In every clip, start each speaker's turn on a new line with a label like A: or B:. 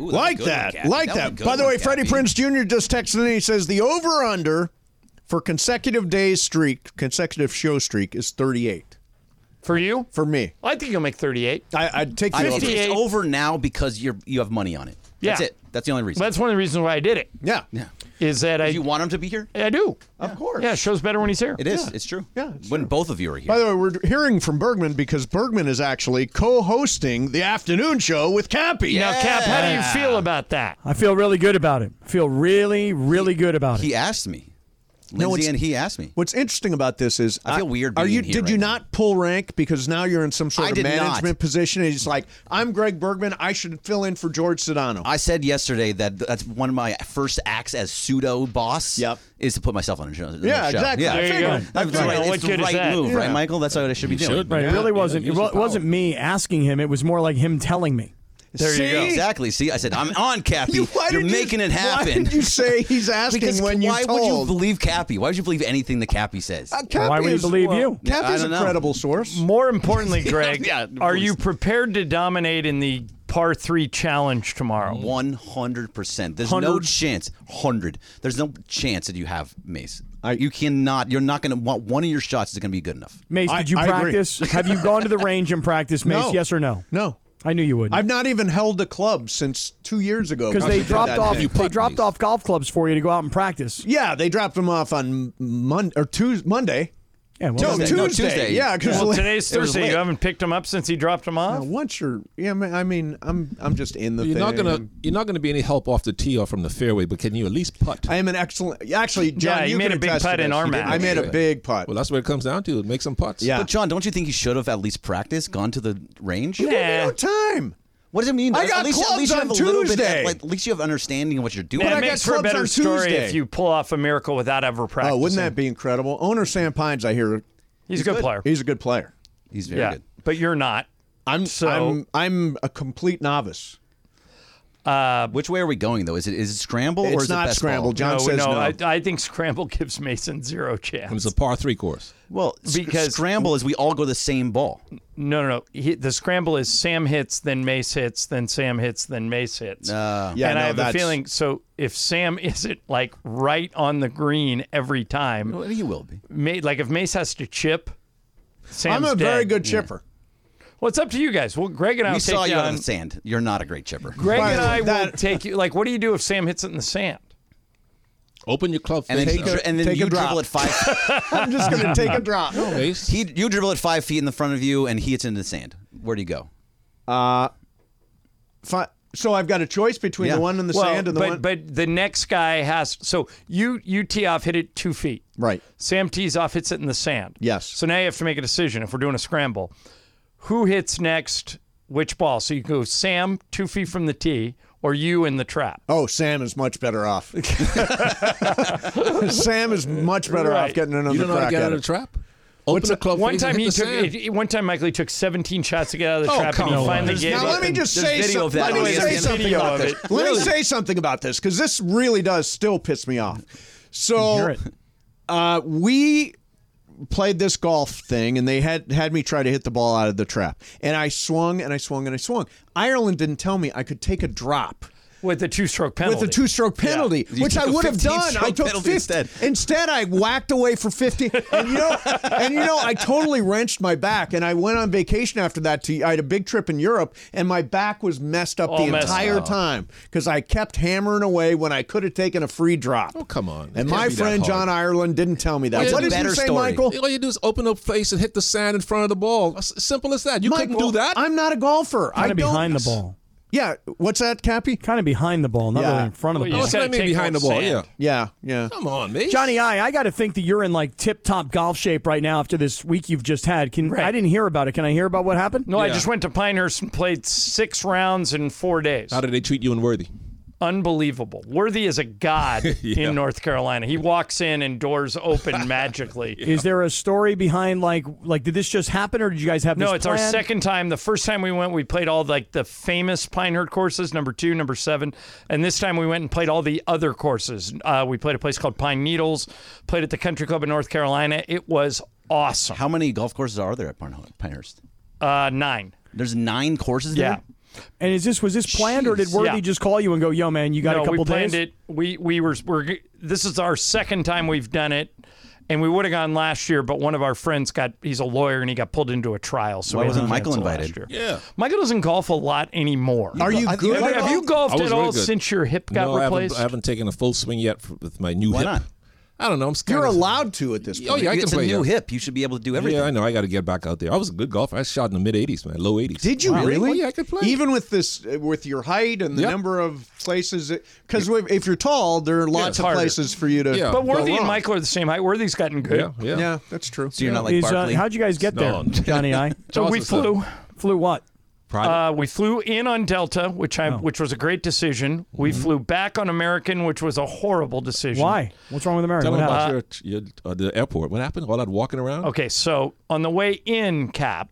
A: Ooh,
B: like
A: was a good
B: that.
A: one, Cappy.
B: Like
A: was a
B: that.
A: good
B: By the
A: one,
B: way, Freddie
A: Cappy.
B: Prince Jr. just texted and he says the over under for consecutive days streak, consecutive show streak is 38
C: For you?
B: for me.
C: I think you'll make 38.
B: I, I'd take
A: I
B: the
A: think
B: over.
C: 58.
A: it's over now because you're you have money on it. That's
C: Yeah.
A: it. That's the only reason.
C: That's one of the reasons why I did it.
B: Yeah.
A: yeah.
C: Is that I
A: You want him to be here?
C: I do.
B: Of course.
C: Yeah, show's better when he's here.
A: It is. It's true.
B: Yeah, it's
A: when both of you are here.
B: By the way, we're hearing from Bergman because Bergman is actually co hosting the afternoon show with Cappy.
C: Now, Cap, how do you feel about that?
D: I feel really good about it. I feel really, really good about it.
A: he asked me.
B: No,
A: Lindsay
B: it's-
A: and he asked me.
B: What's interesting about this is
A: I feel weird
B: Are
A: being
B: you?
A: here
B: did
A: right
B: you
A: now.
B: not pull rank because now you're in some sort
A: I
B: of
A: did not.
B: management position? And it's like I'm Greg Bergman. I should fill in for George Sedano.
A: I said yesterday that that's one of my first acts as pseudo boss.
B: Yep.
A: Is to put myself on a show. on
B: Yeah,
A: a show.
B: exactly.
A: Yeah.
B: There you
C: go. Right.
A: That's right.
C: What
A: It's the
C: good is
A: right
C: that?
A: move,
B: Yeah.
A: right, Michael? That's what I should be doing.
D: Right, it really wasn't. It
A: use
D: wa-
A: your
D: wasn't me asking him. It was more like him telling me.
B: There
C: you go.
A: Exactly. See, I said I'm on Cappy.
B: You, why
A: are
B: did you-
A: making it happen.
B: Why did you say he's asking
A: because
B: when you
A: why
B: told?
A: would you believe Cappy? Why would you believe anything that Cappy says?
B: Uh, Cap
D: Why would he
B: is-
D: believe you?
B: Cap
A: I
B: is a
A: don't know.
B: credible source.
C: More importantly, Greg,
A: yeah, of
C: are
A: course.
C: you prepared to dominate in the par three challenge tomorrow?
A: One hundred percent. There's no
C: 100.
A: chance. Hundred. There's no chance that you have Mace.
B: I-
A: you cannot. You're not going to want one of your shots is going to be good enough.
D: Mace,
B: I-
D: did you
B: I agree.
D: practice? Have you gone to the range and practiced, Mace?
B: No.
D: Yes or no?
B: No,
D: I knew you would.
B: I've not even held a club since two years ago
D: Because they
B: did
D: dropped
B: that
D: off.
B: thing.
A: You
D: They
A: put
D: dropped
A: these.
D: off golf clubs for you to go out and practice.
B: Yeah, they dropped them off on Monday or Tuesday. Monday.
D: Yeah, well,
B: No,
D: that's-
A: Tuesday. No, Tuesday.
B: Yeah, because
C: Well, today's
A: It was
C: Thursday.
A: late.
C: You haven't picked him up since he dropped him off?
B: once you're, yeah, man, I mean, I'm, I'm just in the.
E: You're not
B: thing.
E: gonna you're not gonna be any help off the tee or from the fairway, but can you at least putt?
B: I am an excellent. Actually, John,
C: Yeah, he
B: you
C: made
B: can
C: a big
B: attest to
C: putt in
B: this.
C: our
B: He did.
C: match.
B: I made a big putt.
E: well, that's what it comes down to. Make some putts.
B: yeah,
A: But John, don't you think you should have at least practiced, gone to the range?
C: Yeah.
B: no time.
A: What does it mean?
B: I
A: at
B: got
A: least, at least you
B: clubs on
A: have a little bit.
B: Tuesday.
A: Of, like, at least you have understanding of what you're doing.
C: That
B: I got
C: makes for a
B: clubs on
C: better story
B: Tuesday.
C: if you pull off a miracle without ever practicing.
B: Oh, wouldn't that be incredible? Owner Sam Pines, I hear,
C: He's, a good, player.
B: he's a good player.
A: He's very
C: yeah,
A: good.
C: but you're not.
B: I'm,
C: So-
B: I'm, I'm a complete novice.
A: Uh, Which way are we going though? Is it is it scramble or
B: It's
A: is it
B: not
A: best
B: scramble,
A: ball?
B: John. says no.
C: I, I think Scramble gives Mason zero chance.
E: And it's a par three course.
A: Well, sc-
C: Because-
A: scramble is we all go the same ball.
C: No, no, no. He, the scramble is Sam hits, then Mace hits, then Sam hits, then Mace hits.
A: Ah.
B: Yeah,
C: and
B: no,
C: I have
B: that's,
C: a feeling. So if Sam isn't like right on the green every time,
A: Well, you will be.
C: Ma- like if Mace has to chip, Sam's
B: I'm a very
C: dead.
B: good chipper.
C: Well, it's up to you guys. Well, Greg and I
A: We
C: will take
A: saw you
C: on.
A: on the sand. You're not a great chipper.
C: Greg
B: By
C: and
B: the way,
C: I will
B: that-
C: take you. Like, what do you do if Sam hits it in the sand?
E: Open your club
A: And then,
E: face
A: you
E: up.
A: dri- and then
B: Take a
A: you dribble
B: drop.
A: at five.
B: I'm just going to take a drop.
E: Face.
A: he you dribble at five feet in the front of you, and he hits into the sand. Where do you go?
B: Uh, Fi- So I've got a choice between
A: Yeah.
B: the one in the
C: well,
B: sand and the
C: but
B: one.
C: but the next guy has. So you you tee off, hit it two feet.
B: right.
C: Sam tees off, hits it in the sand.
B: Yes.
C: So now you have to make a decision if we're doing a scramble. Who hits next which ball? So you go Sam two feet from the tee or you in the trap.
B: Oh, Sam is much better off. Sam is much better
C: Right.
B: off getting another
E: You don't know how
B: crack
E: to get
B: at
E: out of
B: it.
E: the trap. Open the club
C: One
E: face and
C: time
E: hit
C: he
E: the
C: took
E: sand.
C: it, one time Michael took 17 shots to get out of the
E: Oh,
C: trap and
E: come
C: he
E: on.
C: finally
E: There's-
C: gave
B: Now
C: up.
B: let me
C: and-
B: just
A: there's
B: say
A: video of
B: something.
A: that
B: Let me
C: E
A: on
B: say
A: ESPN.
B: something
C: Video
B: about
C: of
B: this.
C: it.
B: Let me
C: Really?
B: say something about this because this really does still piss me off. So, uh, we played this golf thing, and they had had me try to hit the ball out of the trap, and I swung and I swung and I swung. Ireland didn't tell me I could take a drop.
C: with a two-stroke penalty.
B: With a two-stroke penalty,
A: You
B: which I
A: took a
B: would have done. I
A: 15-stroke
B: took
A: penalty
B: 50.
A: instead.
B: Instead, I whacked away for 50. And you know, and you know, I totally wrenched my back, and I went on vacation after that. To I had a big trip in Europe, and my back was messed up
C: All
B: the
C: messed
B: entire
C: up.
B: time because I kept hammering away when I could have taken a free drop. Oh
E: come on. It
B: And
E: can't
B: my
E: be that
B: friend
E: hard.
B: John Ireland didn't tell me that.
E: It's a
B: what did you
A: better
B: say,
A: story.
B: Michael?
E: All you do is open up face and hit the sand in front of the ball. S- Simple as that. You couldn't do
B: Michael,
E: that.
B: I'm not a golfer. I
D: Kind
B: don't,
D: of behind the ball.
B: Yeah, what's that, Cappy?
D: Kind of behind the ball, not
B: Yeah.
D: really in front of
C: Well,
D: the ball.
C: you
E: That's what I
C: gotta
E: mean
C: take
E: behind the
C: more
E: ball.
C: sand.
E: Yeah.
B: Yeah, yeah.
E: Come on, me.
D: Johnny, I, I got to think that you're in like tip-top golf shape right now after this week you've just had. Can I didn't hear about it. Can I hear about what happened?
C: No, I just went to Pinehurst and played six rounds in four days.
E: How do they treat you in Worthy?
C: Unbelievable. Worthy is a god in North Carolina. He walks in and doors open magically.
D: Is there a story behind like like did this just happen or did you guys have
C: No,
D: this
C: it's our
D: planned?
C: second time. The first time we went, we played all like the famous Pinehurst courses, number two, number seven, and this time we went and played all the other courses. Uh, we played a place called Pine Needles, played at the Country Club in North Carolina. It was awesome.
A: How many golf courses are there at Pinehurst? Pinehurst?
C: Uh, nine.
A: There's nine courses
C: Yeah.
A: there.
D: And is this was this planned or did Worthy
C: yeah.
D: just call you and go, "Yo man, you got
C: no,
D: a couple
C: we planned
D: days?"
C: it. We we were we're g- this is our second time we've done it, and we would have gone last year, but one of our friends got he's a lawyer and he got pulled into a trial. So we
A: Why
C: had
A: wasn't
C: to
A: Michael
C: cancel last
A: invited?
C: year.
E: Yeah.
C: Michael doesn't golf a lot anymore.
B: Are you
A: I-
B: good?
A: I-
B: at
C: have
B: golf?
C: you
E: I
C: golfed
E: was
C: at
E: really
C: all
E: good.
C: since your hip got
E: no, I haven't-
C: replaced?
E: I haven't taken a full swing yet for, with my new
A: Why
E: hip.
A: not?
E: I don't know. I'm scared.
B: You're
E: of-
B: allowed to at this point.
E: Oh yeah, I can
A: it's
E: play.
A: a new
E: yeah.
A: hip. You should be able to do everything.
E: Yeah, I know. I got to get back out there. I was a good golfer. I shot in the mid 80s, man, low 80s.
B: Did you really?
E: Oh, yeah, I could play.
B: Even with this, uh, with your height and the
E: Yep.
B: number of places, because if you're tall, there are lots
E: it's
B: of
C: harder.
B: places for you to.
C: but
E: Yeah. But
C: Worthy
B: go
C: and
B: wrong.
C: Michael are the same height. Worthy's gotten good.
E: Yeah, yeah.
B: Yeah, that's true.
A: So you're not like
D: Is, uh,
A: Barkley.
D: how'd you guys get
E: No.
D: there, Johnny? I
C: So we
E: Johnson said-
C: flew.
D: flew what?
E: Private.
C: Uh, we flew in on Delta, which I which was a great decision. We flew back on American, which was a horrible decision.
D: Why? What's wrong with America?
E: Tell
D: What
E: them
D: happened?
E: about your, your uh, the airport. What happened? All that walking around.
C: Okay, so on the way in, Cap,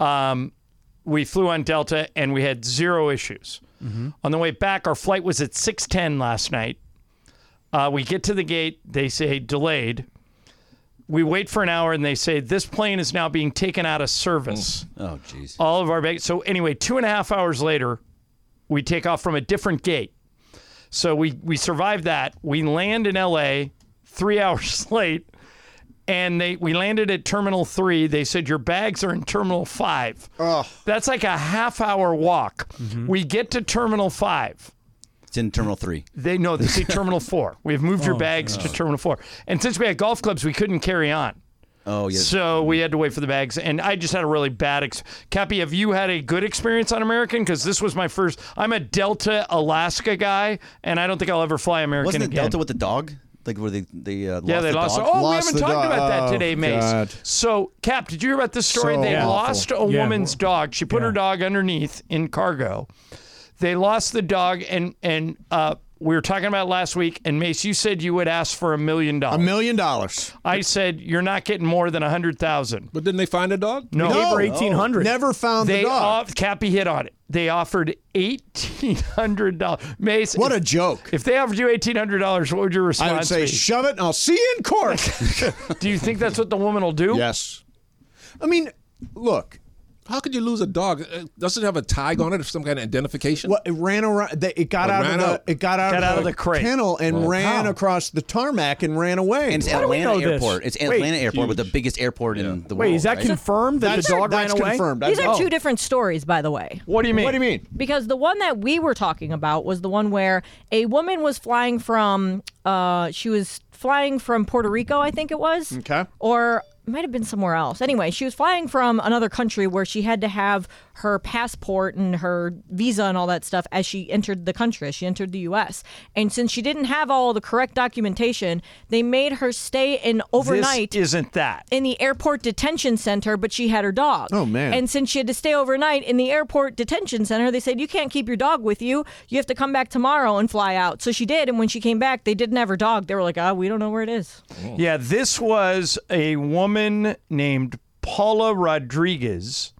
C: um, we flew on Delta and we had zero issues. On the way back, our flight was at six ten last night. Uh, we get to the gate, they say delayed. We wait for an hour and they say this plane is now being taken out of service.
A: oh, jeez.
C: All of our bags. So anyway, two and a half hours later, we take off from a different gate. So we we survived that. We land in L.A. three hours late, and they we landed at Terminal Three. They said your bags are in Terminal Five. Oh. That's like a half hour walk. We get to Terminal Five.
A: It's in Terminal 3.
C: They know they say Terminal Four. We have moved
A: Oh,
C: your bags to Terminal Four, and since we had golf clubs, we couldn't carry on.
A: Oh, yeah.
C: So we had to wait for the bags, and I just had a really bad. Ex- Cappy, have you had a good experience on American? Because this was my first. I'm a Delta Alaska guy, and I don't think I'll ever fly American
A: Wasn't it
C: again.
A: Delta with the dog? Like where they they uh, lost
C: yeah, they
A: the
C: lost.
A: dog?
C: Oh, we
B: Lost
C: haven't
B: the
C: talked
B: dog.
C: about that
B: Oh,
C: today, Mace.
B: God.
C: So, Cap, did you hear about this story?
B: So
C: they
B: awful.
C: lost a
D: Yeah.
C: woman's dog. She put her dog underneath in cargo. They lost the dog, and and uh, we were talking about it last week. And Mace, you said you would ask for a million
B: A
C: dollars.
B: million dollars.
C: I said you're not getting more than a hundred thousand.
E: But didn't they find a dog?
C: No,
D: Gave her 1800.
B: Never found
C: They
B: the dog.
C: off, Cappy hit on it. They offered eighteen hundred dollars. Mace,
B: what
C: if,
B: a joke.
C: if they offered you eighteen hundred dollars, what would your response
B: I would say,
C: be?
B: shove it, and I'll see you in court.
C: do you think that's what the woman will do?
B: yes. I mean, look.
E: How could you lose a dog? Uh, Doesn't it have a tag on it or some kind of identification?
B: What it ran around? They, it got
E: It
B: out of
E: ran
B: the.
E: out.
B: It got out,
C: Got out of the crate.
B: kennel and ran across the tarmac and ran away.
A: And it's
D: do we
A: Atlanta
D: know this?
A: Airport. It's
D: Wait,
A: Atlanta Airport with the biggest airport in the world.
D: Wait, is that
A: right?
D: confirmed that
B: that's
D: the dog
B: that's
D: ran away?
B: confirmed.
F: These
B: That's-
F: are
B: oh.
F: two different stories, by the way.
C: What do you mean?
B: What do you mean?
F: Because the one that we were talking about was the one where a woman was flying from, uh, she was flying from Puerto Rico, I think it was.
B: Okay.
F: Or it might have been somewhere else. Anyway, she was flying from another country where she had to have her passport and her visa and all that stuff as she entered the country, as she entered the U.S. And since she didn't have all the correct documentation, they made her stay in overnight
C: This isn't that.
F: in the airport detention center, but she had her dog.
B: Oh, man.
F: And since she had to stay overnight in the airport detention center, they said you can't keep your dog with you. You have to come back tomorrow and fly out. So she did, and when she came back, they didn't have her dog. They were like, "Ah, we don't know where it is."
A: Oh.
C: Yeah, this was a woman named Paula Rodriguez,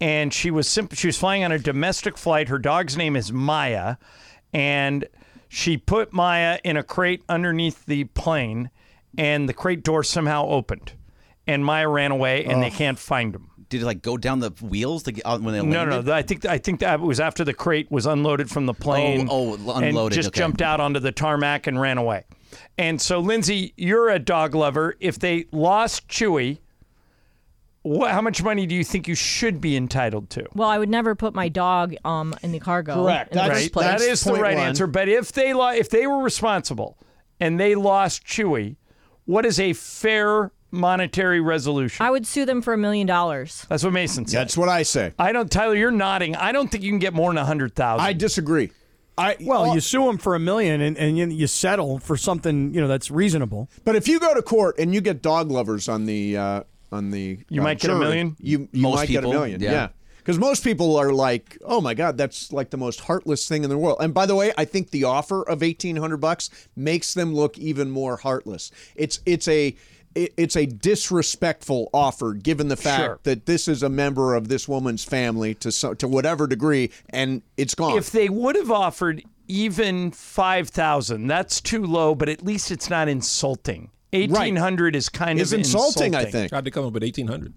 C: and she was simp- she was flying on a domestic flight. Her dog's name is Maya, and she put Maya in a crate underneath the plane, and the crate door somehow opened, and Maya ran away, and they can't find him.
A: Oh. Did it like go down the wheels to get, uh, when they landed?
C: No, no, no. I think I think that was after the crate was unloaded from the plane.
A: Oh, oh,
C: And
A: unloaded,
C: just
A: okay.
C: jumped out onto the tarmac and ran away. And so, Lindsay, you're a dog lover. If they lost Chewy, what, how much money do you think you should be entitled to?
F: Well, I would never put my dog um in the cargo.
B: Correct.
F: in the
B: That's-
F: first place.
C: That
B: that's-
C: is the
B: point
C: right
B: one.
C: answer. But if they lo- if they were responsible and they lost Chewy, what is a fair monetary resolution?
F: I would sue them for a million dollars.
C: That's what Mason said.
B: That's what I say.
C: I don't, Tyler. You're nodding. I don't think you can get more than a hundred thousand.
B: I disagree. I
D: Well, you sue him for a million and, and you, you settle for something you know that's reasonable.
B: But if you go to court and you get dog lovers on the uh, on the
C: You
B: uh,
C: might get a
B: jury,
C: million?
B: You, you
A: Most
B: might
A: people,
B: get a million.
A: yeah.
B: Yeah. Because most people are like, "Oh my God, that's like the most heartless thing in the world." And by the way, I think the offer of eighteen hundred bucks makes them look even more heartless. It's it's a it- it's a disrespectful offer, given the fact
C: Sure.
B: that this is a member of this woman's family to so, to whatever degree, and it's gone.
C: if they would have offered even 5000 that's too low but at least it's not insulting 1800 is kind
B: it's
C: of
B: insulting, I think.
E: Tried to come up with 1800.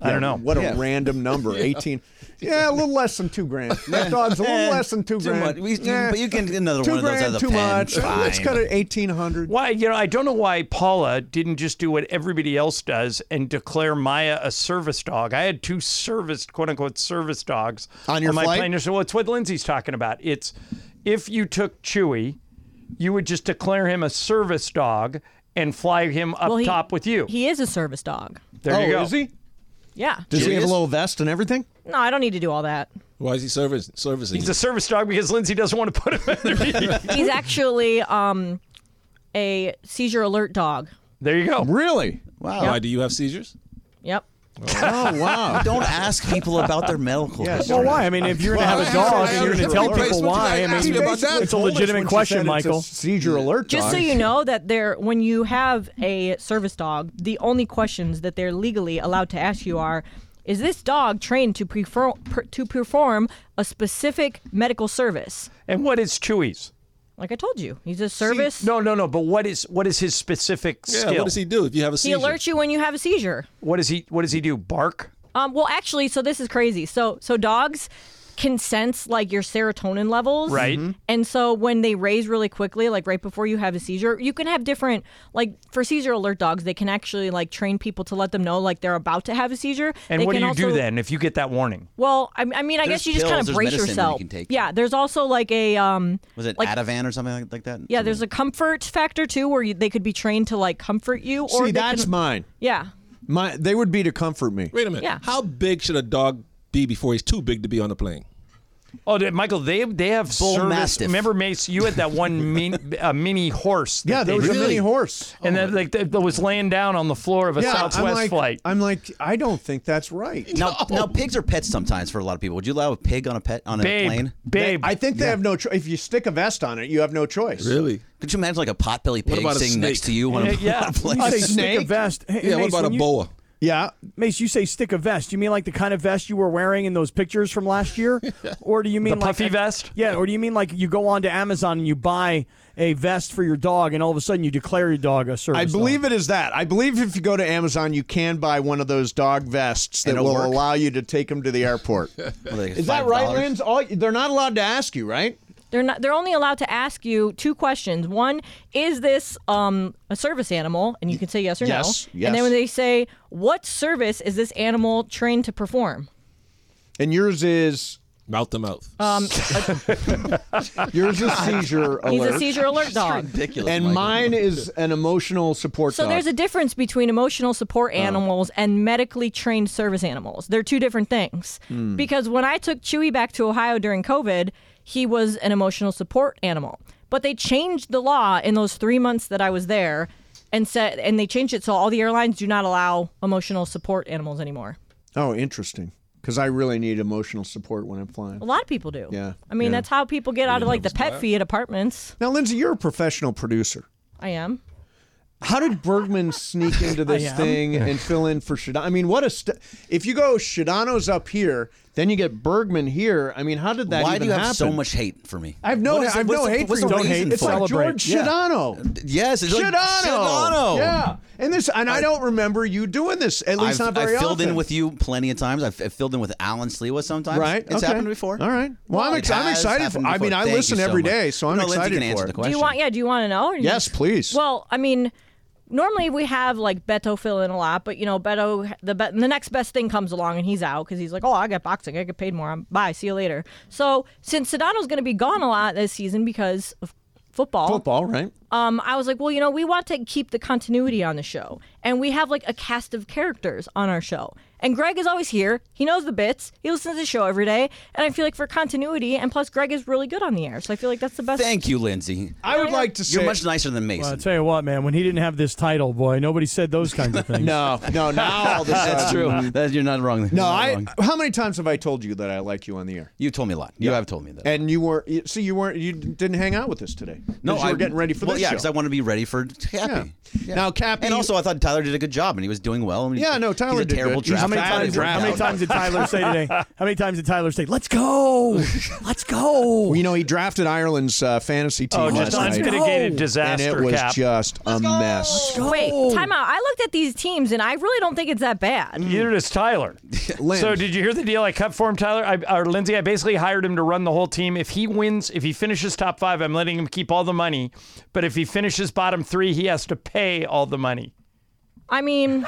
C: i don't know
B: What a random number, eighteen. Yeah, a little less than two grand. My dog's a little
A: Eh,
B: less than two
A: too
B: grand.
A: much. We-
B: Yeah.
A: but you can get another
B: two
A: one of those
B: grand,
A: out of the
B: too
A: pen.
B: much. Uh, Let's
A: Fine.
B: cut it eighteen hundred.
C: why you know i don't know why paula didn't just do what everybody else does and declare maya a service dog i had two service quote unquote service dogs
B: On your
C: my
B: flight?
C: plane so it's what lindsay's talking about it's if you took chewy you would just declare him a service dog and fly him up
F: Well, he-
C: top with you
F: He is a service dog.
C: there you go
B: Oh, he?
F: Yeah.
B: Does he have a little vest and everything?
F: No, I don't need to do all that.
E: Why is he service, servicing?
C: He's
E: you?
C: a service dog because Lindsay doesn't want to put him under heat.
F: He's actually um a seizure alert dog.
C: there you go.
B: Really?
A: Wow.
E: Why do you have seizures?
F: Yep.
B: Oh wow.
A: Don't ask people about their medical
B: Yes.
A: history.
D: Well, why? I mean, if you're going to have a dog and you're going to tell people why, I mean,
E: Ask me about that.
D: it's a legitimate question, Michael.
B: Seizure alert.
F: Just so you know that there, when you have a service dog, the only questions that they're legally allowed to ask you are, is this dog trained to prefer, per, to perform a specific medical service?
C: And what is Chewy's?
F: Like I told you, he's a service.
C: No, no, no. But what is what is his specific skill?
E: Yeah, what does he do if you have a
F: he
E: seizure?
F: alerts you when you have a seizure.
C: What does he What does he do? Bark?
F: Um, well, actually, so this is crazy. So, so dogs can sense like your serotonin levels,
C: Right.
E: Mm-hmm.
C: Mhm.
F: And so when they raise really quickly, like right before you have a seizure, you can have different like for seizure alert dogs, they can actually like train people to let them know like they're about to have a seizure.
C: And
F: They
C: what do
F: can
C: you do
F: also-
C: then if you get that warning?
F: Well, I, I mean, I
A: There's
F: guess you just kind
A: pills,
F: of
A: there's
F: brace
A: medicine that you
F: yourself.
A: can take.
F: Yeah, there's also like a um,
A: Was it
F: like-
A: Ativan or something like- like that?
F: yeah, there's a comfort factor too, where you, they could be trained to like comfort you. Or
B: See,
F: they
B: that's
F: can-
B: mine.
F: yeah.
B: My, they would be to comfort me.
E: Wait a minute.
F: Yeah.
E: How big should a dog be before he's too big to be on the plane?
C: Oh, they- Michael, they they have
A: Bull
C: service.
A: Mastiff.
C: Remember, Mace, you had that one mini, uh, mini horse. that
B: Yeah,
C: they
B: there was
C: did.
B: a mini horse.
C: And then like that that was laying down on the floor of a
B: Yeah,
C: Southwest
B: I'm like,
C: flight.
B: I'm like, I don't think that's right.
A: Now, now, pigs are pets sometimes for a lot of people. Would you allow a pig on a pet on a
C: babe,
A: plane?
C: babe.
B: I think they have no choice. If you stick a vest on it, you have no choice.
E: Really?
A: Could you imagine like a potbelly pig
E: about a
A: sitting
E: snake?
A: next to you on a,
C: Yeah,
A: on a plane?
D: You say
B: snake?
D: stick a vest. Hey,
E: Yeah,
D: Mace,
E: what about
D: when
E: a
D: you-
E: boa?
B: Yeah.
D: Mace, you say stick a vest. You mean like the kind of vest you were wearing in those pictures from last year, or do you mean
C: The
D: like
C: puffy
D: a-
C: vest?
D: Yeah, or do you mean like you go onto Amazon and you buy a vest for your dog, and all of a sudden you declare your dog a service?
B: I believe it is that. I believe if you go to Amazon, you can buy one of those dog vests that
A: And it'll
B: will
A: work?
B: allow you to take them to the airirport.
A: What are they,
B: is that
A: $5?
B: right, Linz? All, they're not allowed to ask you, right?
F: They're not. They're only allowed to ask you two questions. One is this um, a service animal, and you can say yes or
B: Yes,
F: no. And
B: yes.
F: then when they say what service is this animal trained to perform?
B: And yours is
E: Mouth to mouth.
F: Um,
B: yours is seizure
F: he's
B: alert,
F: a seizure alert dog.
A: Ridiculous.
B: and
A: Michael.
B: mine is an emotional support.
F: So
B: dog.
F: there's a difference between emotional
B: Oh.
F: support animals and medically trained service animals. They're two different things.
B: Hmm.
F: Because when I took Chewy back to Ohio during COVID, he was an emotional support animal. But they changed the law in those three months that I was there and said and they changed it so all the airlines do not allow emotional support animals anymore.
B: oh, interesting. Because I really need emotional support when I'm flying.
F: A lot of people do.
B: Yeah,
F: I mean
B: yeah.
F: that's how people get out of like the pet fee at apartments.
B: Now, Lindsay, you're a professional producer.
F: I am.
B: How did Bergman sneak into this thing and fill in for Shadano? I mean, what a st- if you go Shadano's up here, Then you get Bergman here. I mean, how did that
A: Why
B: even
A: do you have
B: happen?
A: so much hate for me?
B: I have no,
A: What is
B: I
A: it-
B: have
A: what's
B: no
A: the-
B: hate for
A: what's
B: you.
A: the
D: Don't
A: reason
D: hate,
A: for
D: it's
A: it?
D: all
B: Like
D: Celebrate,
B: George
D: yeah.
B: Shodano.
A: Yes, it's like,
B: Shadano.
A: Shadano!
B: Yeah. And this, and I, don't remember you doing this. At least
A: I've,
B: not very
A: I've filled in
B: often.
A: with you plenty of times. I've, I've filled in with Alan Sliwa sometimes.
B: Right.
A: It's
B: okay.
A: happened before.
B: All right. Well, I'm,
A: It
B: ex- I'm
A: has
B: excited for.
A: happened
B: I mean,
A: before.
B: I
A: Thank
B: listen
A: you so
B: every
A: much.
B: day, so I'm
A: no, Lindsay
B: excited
A: can answer
B: for
A: the
B: it.
A: question.
F: Do you want? Yeah. Do you want to know? Or you-
B: Yes, please.
F: Well, I mean, normally we have like Beto fill in a lot, but you know, Beto the be- the next best thing comes along and he's out because he's like, oh, I got boxing, I get paid more. I'm bye, see you later. So since Sedano's going to be gone a lot this season because of football,
B: football, right?
F: um, I was like, well, you know, we want to keep the continuity on the show, and we have like a cast of characters on our show. And Greg is always here. He knows the bits. He listens to the show every day. And I feel like for continuity, and plus Greg is really good on the air, so I feel like that's the best.
A: Thank you, Lindsay.
B: I would like to
A: You're
B: say.
A: much nicer than
D: Well, I
A: Mason.
D: tell you what, man, when he didn't have this title, boy, nobody said those kinds of things.
B: no, no, now all of a
A: That's
B: sudden-
A: true. That, you're not wrong.
B: No, I. How many times have I told you that I like you on the air?
A: You told me a lot. You have told me that.
B: And you weren't. you- See, you weren't. You didn't hang out with us today. 'Cause you
A: I-
B: were getting ready for
A: well,
B: this
A: Yeah,
B: show.
A: because I want to be ready for Cappy.
B: Yeah. Now, Cappy-
A: and also I thought Tyler did a good job, and he was doing well. I mean,
B: Yeah, no,
A: he's
B: Tyler
A: a
B: did
A: terrible
B: good. He's
A: draft.
D: How many,
A: I thought
D: times,
A: it worked
D: how many
A: out.
D: times did Tyler say today? How many times did Tyler say, "Let's go, let's go"?
B: Well, you know, he drafted Ireland's uh, fantasy team
C: Oh,
B: last
C: just
B: night,
C: unmitigated
D: No.
B: and
C: disaster,
B: it was
C: Cap.
B: just a mess.
F: Wait, time out. I looked at these teams and I really don't think it's that bad.
B: mm.
C: Neither does Tyler.
B: Lynn.
C: So did you hear the deal I cut for him, Tyler? I, or Lindsay, I basically hired him to run the whole team. If he wins, if he finishes top five, I'm letting him keep all the money. But if he finishes bottom three, he has to pay all the money.
F: I mean,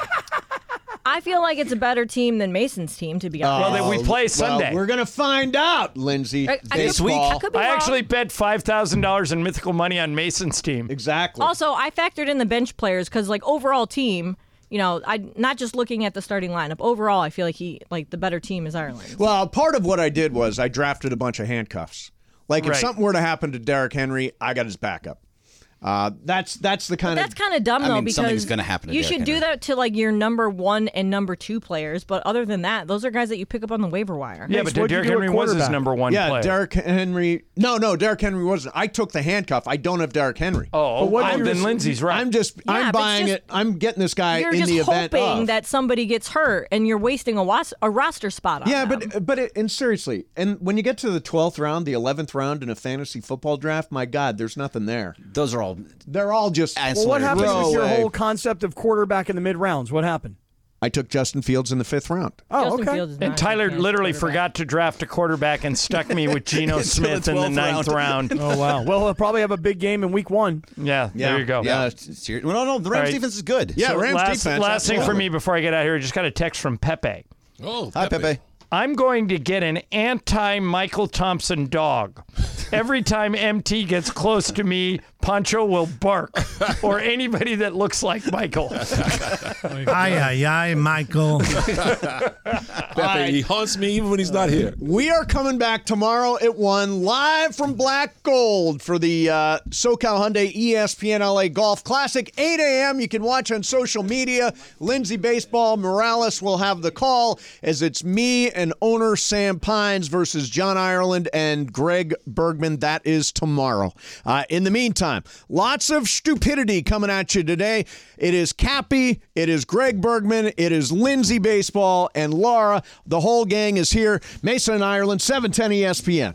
F: I feel like it's a better team than Mason's team, to be honest.
C: Well, then
A: Oh,
C: we play Sunday.
B: Oh, Well, we're gonna find out, Lindsay.
F: I- I
B: this
F: could-
B: fall.
F: I could be
C: I
F: wrong.
C: actually bet five thousand dollars in mythical money on Mason's team.
B: exactly.
F: Also, I factored in the bench players because, like, overall team, you know, I not just looking at the starting lineup. Overall, I feel like he, like, the better team is Ireland.
B: Well, part of what I did was I drafted a bunch of handcuffs. Like if
C: Right.
B: something were to happen to Derrick Henry, I got his backup. Uh, that's that's the kind
F: That's
B: of
F: kind of dumb,
A: I
F: though,
A: mean,
F: because
A: something's gonna happen to
F: you
A: Derrick
F: should do
A: Henry.
F: that to like your number one and number two players. But other than that, those are guys that you pick up on the waiver wire.
C: yeah, but
D: what'd you
C: Derrick
D: do at
C: Henry was his
D: quarterback?
C: number one
B: yeah.
C: player.
B: Derrick Henry. No, no, Derrick Henry wasn't. I took the handcuff. I don't have Derrick Henry.
C: oh,
D: what
C: well,
D: if
C: then
D: you're-
C: Lindsay's right.
B: I'm just
F: Yeah,
B: I'm
F: but it's
B: buying
F: just-
B: it. I'm getting this guy
F: You're
B: uh, in
F: just
B: the event.
F: hoping
B: of.
F: that somebody gets hurt, and you're wasting a, was- a roster spot on
B: Yeah,
F: them.
B: but but it, and seriously, and when you get to the twelfth round, the eleventh round in a fantasy football draft, my God, there's nothing there.
A: Those are all.
B: They're all just.
A: Well,
D: Well, what happens
B: Throw
D: with your
B: away.
D: whole concept of quarterback in the mid rounds? What happened?
B: I took Justin Fields in the fifth round.
D: Oh,
F: Justin
D: okay.
F: Fields is
C: And
F: not
C: Tyler
F: gonna be a
C: literally
F: quarterback.
C: forgot to draft a quarterback and stuck me with Geno Smith in the
A: 12th
C: ninth round.
D: Oh wow. Well, he'll probably have a big game in week one.
C: Yeah, there you go.
A: Yeah, it's- it's- well, no, no, the Rams
C: right.
A: defense is good.
B: Yeah,
C: So
B: Rams
C: last,
B: defense.
C: Last thing for
B: absolutely.
C: me before I get out of here, I just got a text from Pepe.
E: Oh,
A: Hi, Pepe.
C: I'm going to get an anti Michael Thompson dog. Every time MT gets close to me, Pancho will bark, or anybody that looks like Michael.
G: Aye, aye, aye, Michael.
E: Pepe, he haunts me even when he's not here.
B: We are coming back tomorrow at 1 live from Black Gold for the uh, SoCal Hyundai E ESPN LA Golf Classic, 8 a.m. You can watch on social media. Lindsay Baseball Morales will have the call as it's me and owner Sam Pines versus John Ireland and Greg Bergman. That is tomorrow. Uh, in the meantime, lots of stupidity coming at you today. It is Cappy, it is Greg Bergman, it is Lindsay Baseball, and Laura. The whole gang is here. Mason and Ireland, E 710 ESPN.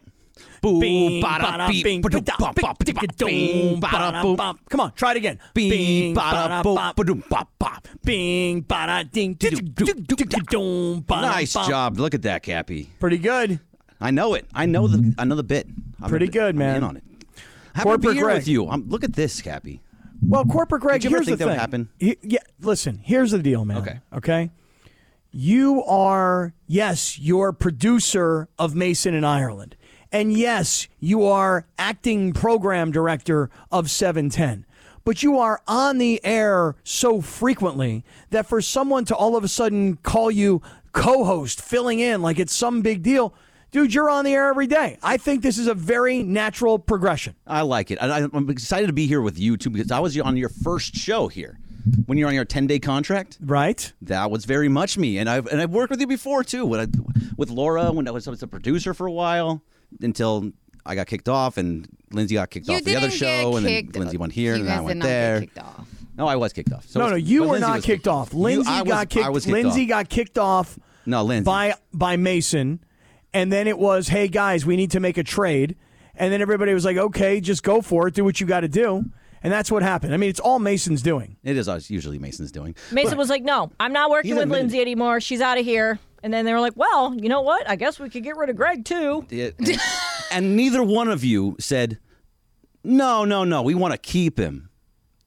A: Boo,
D: Bing,
A: bada,
D: bada,
A: beep,
D: bing,
A: ba-doom,
D: ba-da, bing,
A: bop, bop, dee, bop,
D: tick-a-doom,
A: bing, bada,
D: bada,
A: boop.
D: bum. Come on, try it again.
A: Bing, bada, boop,
D: bop.
A: ba-doom, bop, bop.
D: Bing, bada, ding, tick-a-doom, bada,
A: Nice
D: bum.
A: job. Look at that, Cappy.
D: Pretty good.
A: I know it. I know the I know the bit. I'm
D: Pretty good,
A: I'm
D: man.
A: In on it. Happy to be
D: Corporate
A: here
D: Greg.
A: with you. I'm, look at this, Cappy.
D: Well, corporate Greg,
A: Did you ever
D: here's
A: think
D: the
A: that would
D: thing.
A: happen?
D: Y- yeah, listen, here's the deal, man. Okay. Okay. You are, yes, you're producer of Mason in Ireland. And yes, you are acting program director of 710. But you are on the air so frequently that for someone to all of a sudden call you co host, filling in like it's some big deal, dude, you're on the air every day. I think this is a very natural progression.
A: I like it. And I, I'm excited to be here with you too because I was on your first show here when you're on your 10 day contract.
D: Right.
A: That was very much me, and I've and I've worked with you before too. When I, with Laura, when I was, I was a producer for a while until I got kicked off, and Lindsay got kicked
H: You
A: off the other
H: didn't
A: show,
H: get
A: and then
H: kicked-
A: Lindsay went here,
H: you
A: and then I
H: guys did
A: went
H: not get
A: there.
H: kicked off.
A: No, I was kicked off. So
D: no,
A: it's-
D: no, you
A: but
D: were
A: Lindsay
D: not
A: was
D: kicked off.
A: You-
D: Lindsay
A: I was-
D: got kicked.
A: I was kicked
D: Lindsay
A: off.
D: got kicked off.
A: No, Lindsay.
D: by by Mason, and then it was, hey guys, we need to make a trade, and then everybody was like, okay, just go for it, do what you got to do, and that's what happened. I mean, it's all Mason's doing.
A: It is us- usually Mason's doing.
F: Mason was like, "No, I'm not working
A: He's
F: with
A: admitted-
F: Lindsay anymore. She's out of here." And then they were like, "Well, you know what? I guess we could get rid of Greg too."
A: It- and, and neither one of you said, "No, no, no, we want to keep him."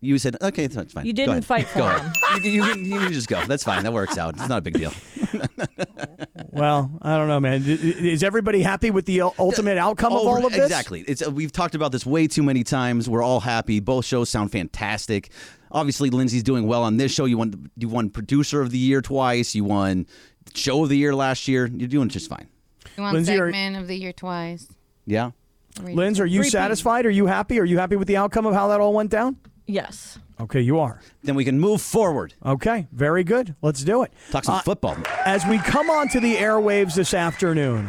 A: You said, "Okay, that's fine."
F: You
A: Go
F: didn't
A: ahead.
F: fight for
A: Go ahead. You, you can- you can just go. That's fine. That works out. It's not a big deal.
D: Well, I don't know, man. I- I- Is everybody happy with the ul- ultimate outcome of all of this?
A: Exactly. It's uh, we've talked about this way too many times. We're all happy. Both shows sound fantastic. Obviously, Lindsay's doing well on this show. You won. You won producer of the year twice. You won show of the year last year. You're doing just fine.
H: You want
D: Lindsay, are-
H: segment of the year twice.
A: Yeah.
D: Linz, are you
H: Repeat.
D: satisfied? Are you happy? Are you happy with the outcome of how that all went down?
F: Yes.
D: Okay, you are.
A: Then we can move forward.
D: Okay, very good. Let's do it. Uh,
A: Talk some football.
D: As we come onto the airwaves this afternoon,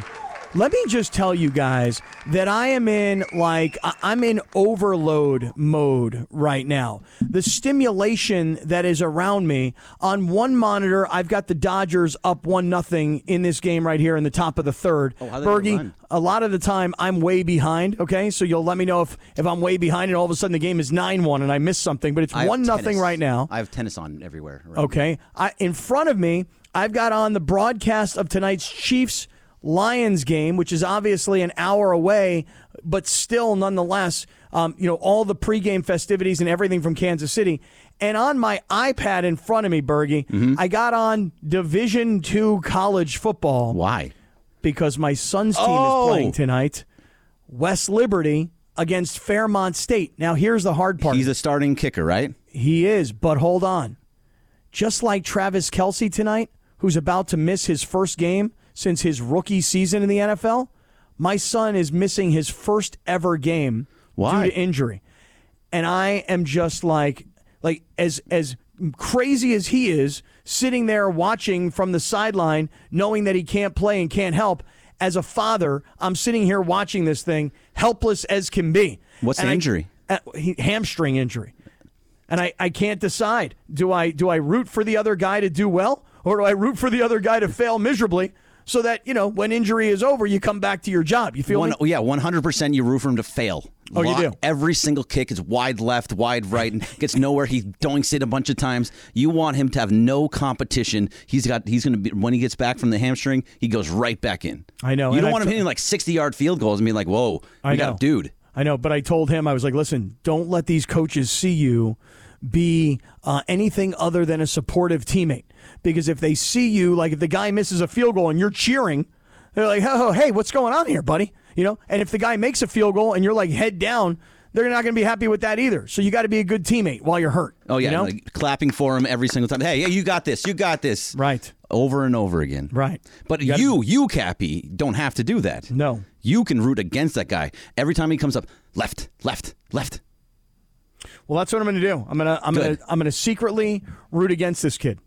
D: let me just tell you guys that I am in like I- I'm in overload mode right now. The stimulation that is around me on one monitor, I've got the Dodgers up one nothing in this game right here in the top of the third.
A: Oh, how they
D: Bergie,
A: run.
D: a lot of the time I'm way behind. Okay, so you'll let me know if if I'm way behind and all of a sudden the game is nine one and I miss something, but it's
A: I have
D: one nothing
A: tennis.
D: right now. Oh,
A: I have tennis on everywhere. right?
D: Okay. I, in front of me, I've got on the broadcast of tonight's Chiefs Lions game, which is obviously an hour away, but still, nonetheless, um, you know, all the pregame festivities and everything from Kansas City. And on my iPad in front of me, Bergie,
A: Mm-hmm.
D: I got on Division Two college football.
A: Why?
D: Because my son's team
A: Oh.
D: is playing tonight, West Liberty against Fairmont State. Now, here's the hard part.
A: He's a starting kicker, right?
D: He is, but hold on. Just like Travis Kelsey tonight, who's about to miss his first game since his rookie season in the NFL, my son is missing his first ever game
A: Why?
D: due to injury. And I am just like like as as crazy as he is, sitting there watching from the sideline, knowing that he can't play and can't help. As a father, I'm sitting here watching this thing, helpless as can be.
A: What's
D: And
A: the
D: I-
A: injury?
D: uh, he, hamstring injury, and I, I can't decide. Do I do I root for the other guy to do well, or do I root for the other guy to fail miserably? so that you know when injury is over, you come back to your job. You feel
A: One, oh,
D: me?
A: yeah, one hundred percent. You root for him to fail.
D: Oh, you do?
A: Every single kick is wide left, wide right, and gets nowhere. He doinks it a bunch of times. You want him to have no competition. He's got. He's going to be when he gets back from the hamstring. He goes right back in.
D: I know,
A: You
D: and
A: don't
D: I
A: want him
D: fe-
A: hitting like sixty-yard field goals and being like, "Whoa,
D: I
A: we
D: know,
A: got a dude."
D: I know, but I told him I was like, listen, don't let these coaches see you be uh, anything other than a supportive teammate because if they see you, like if the guy misses a field goal and you're cheering, they're like, oh, hey, what's going on here, buddy? You know, and if the guy makes a field goal and you're like head down, they're not going to be happy with that either. So you got to be a good teammate while you're hurt.
A: Oh yeah,
D: you know?
A: like clapping for him every single time. Hey, yeah, you got this. You got this.
D: Right.
A: Over and over again.
D: Right.
A: But you, you, Cappy, don't have to do that.
D: No.
A: You can root against that guy every time he comes up. Left, left, left.
D: well, that's what I'm going to do. I'm going to I'm going to I'm going to secretly root against this kid.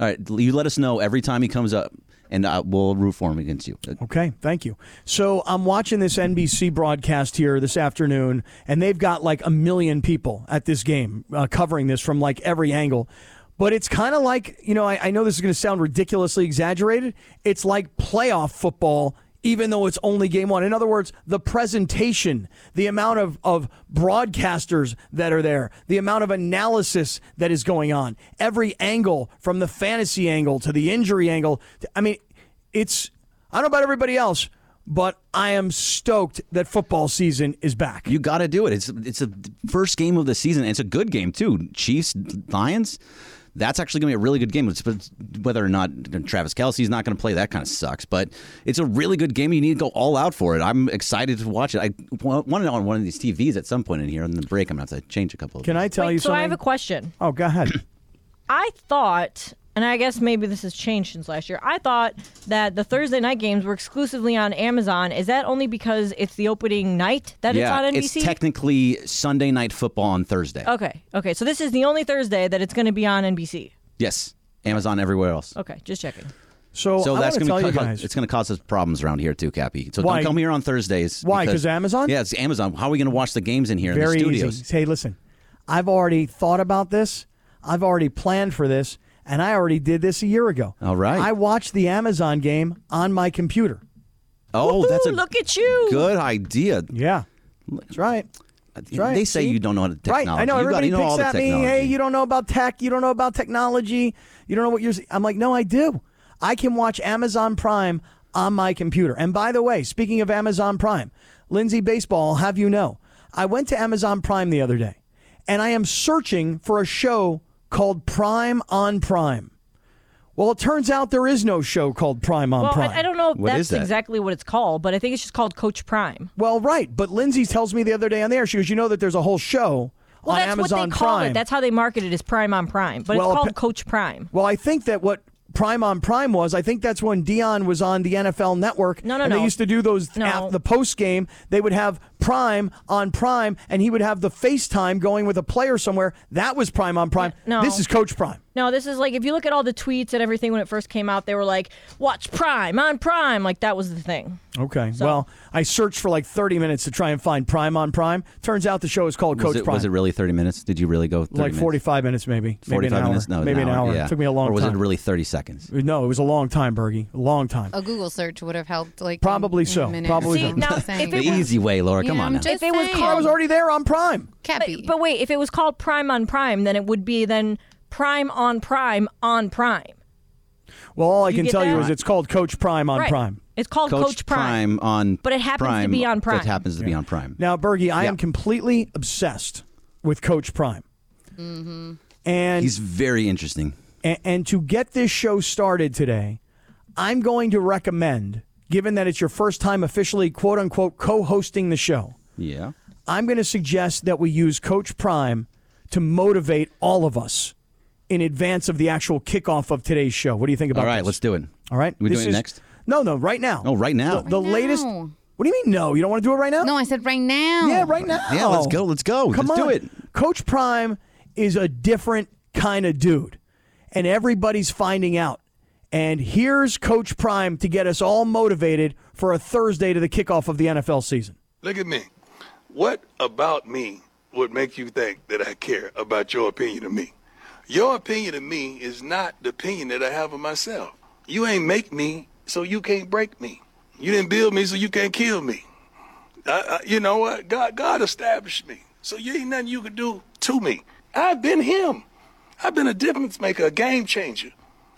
A: All right, you let us know every time he comes up, and uh, we'll root for him against you.
D: Okay, thank you. So I'm watching this NBC broadcast here this afternoon, and they've got like a million people at this game uh, covering this from like every angle. But it's kind of like, you know, I, I know this is going to sound ridiculously exaggerated. It's like playoff football, even though it's only game one. In other words, the presentation, the amount of, of broadcasters that are there, the amount of analysis that is going on, every angle from the fantasy angle to the injury angle. I mean, it's I don't know about everybody else, but I am stoked that football season is back.
A: You got to do it. It's it's the first game of the season. and It's a good game too. Chiefs Lions. That's actually going to be a really good game. It's- but Whether or not Travis Kelsey's not going to play, that kind of sucks. But it's a really good game. You need to go all out for it. I'm excited to watch it. I want it on one of these TVs at some point in here. On the break, I'm going to have to change a couple of
D: Can I tell
F: Wait,
D: you
F: so
D: something?
F: I have a question.
D: oh, go ahead.
F: I thought, and I guess maybe this has changed since last year. I thought that the Thursday night games were exclusively on Amazon. Is that only because it's the opening night that
A: yeah,
F: it's on NBC?
A: technically Sunday night football on Thursday.
F: okay, okay. So this is the only Thursday that it's going to be on NBC.
A: Yes, Amazon everywhere else.
F: Okay, just checking.
A: so that's
D: wanna
A: gonna
D: tell
A: be
D: you
A: co-
D: guys-
A: it's going to cause us problems around here too, Cappy. So
D: Why?
A: don't come here on Thursdays.
D: Why? 'Cause Amazon?
A: Yeah, it's Amazon. How are we going to watch the games in here
D: Very
A: in the studios?
D: easy. Hey, listen, I've already thought about this. I've already planned for this, and I already did this a year ago.
A: All right.
D: I watched the Amazon game on my computer.
A: Oh, that's a
F: look at you.
A: good idea.
D: Yeah, that's right. That's right.
A: They say
D: See?
A: you don't know how to technology.
D: Right, I know
A: You gotta
D: everybody
A: know
D: picks
A: all the
D: at me.
A: technology.
D: Hey, you don't know about tech. You don't know about technology. You don't know what you're. s-" I'm like, no, I do. I can watch Amazon Prime on my computer. And by the way, speaking of Amazon Prime, Lindsay Baseball, I'll have you know, I went to Amazon Prime the other day, and I am searching for a show called Prime on Prime. Well, it turns out there is no show called Prime on
F: well,
D: Prime.
F: I, I don't know if that's exactly what it's called, but I think it's just called Coach Prime.
D: Well, right. But Lindsay tells me the other day on the air, she goes, you know that there's a whole show
F: Well,
D: on
F: that's
D: Amazon
F: what they call
D: Prime.
F: it. That's how they market it as Prime on Prime, but
D: Well,
F: it's called
D: appa-
F: Coach Prime.
D: Well, I think that what Prime on Prime was, I think that's when Dion was on the NFL Network.
F: No, no,
D: and They
F: no.
D: used to do those
F: No.
D: af- the post game. They would have Prime on Prime, and he would have the FaceTime going with a player somewhere. That was Prime on Prime.
F: No.
D: This is Coach Prime.
F: No, this is like if you look at all the tweets and everything when it first came out, they were like, "Watch Prime on Prime," like that was the thing.
D: Okay. Well, I searched for like 30 minutes to try and find Prime on Prime. Turns out the show is called
A: was
D: Coach
A: it,
D: Prime.
A: Was it really 30 minutes? Did you really go 30
D: like
A: minutes?
D: 45 minutes, maybe. maybe
A: 45
D: an hour.
A: minutes? No,
D: maybe an hour.
A: yeah.
D: It took me a long
A: Or was
D: time.
A: it really 30 seconds?
D: no, it was a long time, Bergie. A long time.
H: A Google search would have helped, like
D: Probably
H: in- in
D: so.
H: a minute.
D: Probably so.
A: The easy way, Laura. Come
H: Yeah,
A: on
H: I'm
A: now.
H: just-
F: if it was
H: saying.
F: called,
H: I was already
D: there on Prime.
F: But, but wait, if it was called Prime on Prime, then it would be then Prime on Prime on Prime.
D: Well, all I
F: You
D: can
F: get
D: tell you
F: that?
D: is it's called Coach Prime on
F: Right.
D: Prime.
F: It's called Coach, Prime.
A: on
F: But it happens to
A: Prime.
F: be on Prime.
A: It happens to be on Prime.
D: Now, Bergie, I am completely obsessed with Coach Prime.
H: mm-hmm.
D: And
A: He's very interesting.
D: and, and to get this show started today, I'm going to recommend, given that it's your first time officially quote unquote co-hosting the show,
A: Yeah.
D: I'm going to suggest that we use Coach Prime to motivate all of us in advance of the actual kickoff of today's show. What do you think about
A: All right,
D: this?
A: let's do it.
D: All right.
A: We
D: this
A: doing it
D: is-
A: next?
D: No, no, right now.
A: Oh, right now.
D: The, the latest. What do you mean? No, you don't want to do it right now?
H: No, I said right now.
D: Yeah, right now.
A: Yeah, let's go. Let's go.
D: Come
A: let's
D: on.
A: do it.
D: Coach Prime is a different kind of dude, and everybody's finding out. And here's Coach Prime to get us all motivated for a Thursday to the kickoff of the NFL season.
I: Look at me. What about me would make you think that I care about your opinion of me? Your opinion of me is not the opinion that I have of myself. You ain't make me so you can't break me. You didn't build me, so you can't kill me. I, I, you know what? God, God established me, so you ain't nothing you could do to me. I've been Him. I've been a difference maker, a game changer.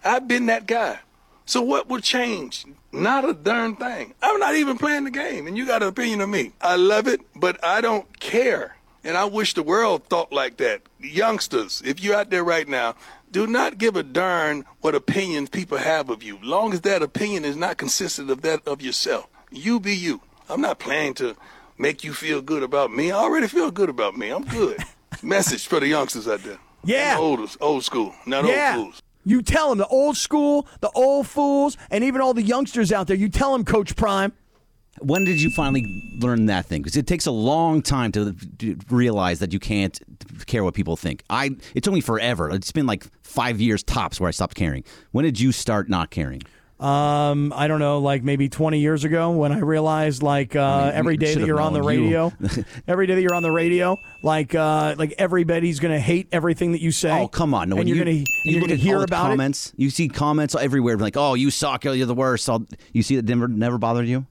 I: I've been that guy. So what will change? Not a darn thing. I'm not even playing the game, and you got an opinion of me. I love it, but I don't care. And I wish the world thought like that. Youngsters, if you're out there right now, do not give a darn what opinions people have of you. Long as that opinion is not consistent of that of yourself. You be you. I'm not planning to make you feel good about me. I already feel good about me. I'm good. Message for the youngsters out there.
D: Yeah.
I: Old, old school, not
D: yeah.
I: old fools.
D: You tell them the old school, the old fools, and even all the youngsters out there. You tell them, Coach Prime.
A: When did you finally learn that thing? Because it takes a long time to, to realize that you can't care what people think. I it took me forever. It's been like five years tops where I stopped caring. When did you start not caring?
D: Um, I don't know, like maybe 20 years ago when I realized like uh,
A: I mean,
D: every day that
A: should've
D: you're on the
A: known you.
D: radio, every day that you're on the radio, like uh, like everybody's gonna hate everything that you say.
A: Oh come on! No,
D: and
A: when
D: you're
A: you,
D: gonna
A: when
D: and
A: you
D: you're
A: look
D: gonna
A: at
D: hear
A: all the
D: about it.
A: comments. You see comments everywhere like, "Oh, you suck! Oh, you're the worst!" All, you see that never never bothered you.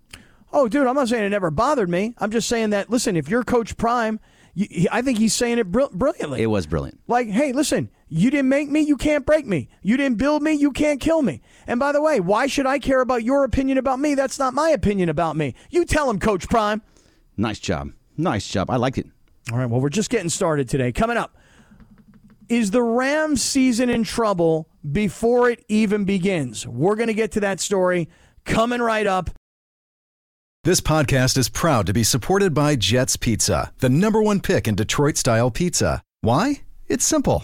D: Oh, dude, I'm not saying it never bothered me. I'm just saying that. Listen, if you're Coach Prime, you, he- I think he's saying it brill brilliantly.
A: It was brilliant.
D: Like, hey, listen, you didn't make me, you can't break me. You didn't build me, you can't kill me. And by the way, why should I care about your opinion about me? That's not my opinion about me. You tell him, Coach Prime.
A: Nice job. Nice job. I liked it.
D: All right, well, we're just getting started today. Coming up, is the Rams season in trouble before it even begins? We're going to get to that story coming right up.
J: This podcast is proud to be supported by Jets Pizza, the number one pick in Detroit style pizza. Why? It's simple.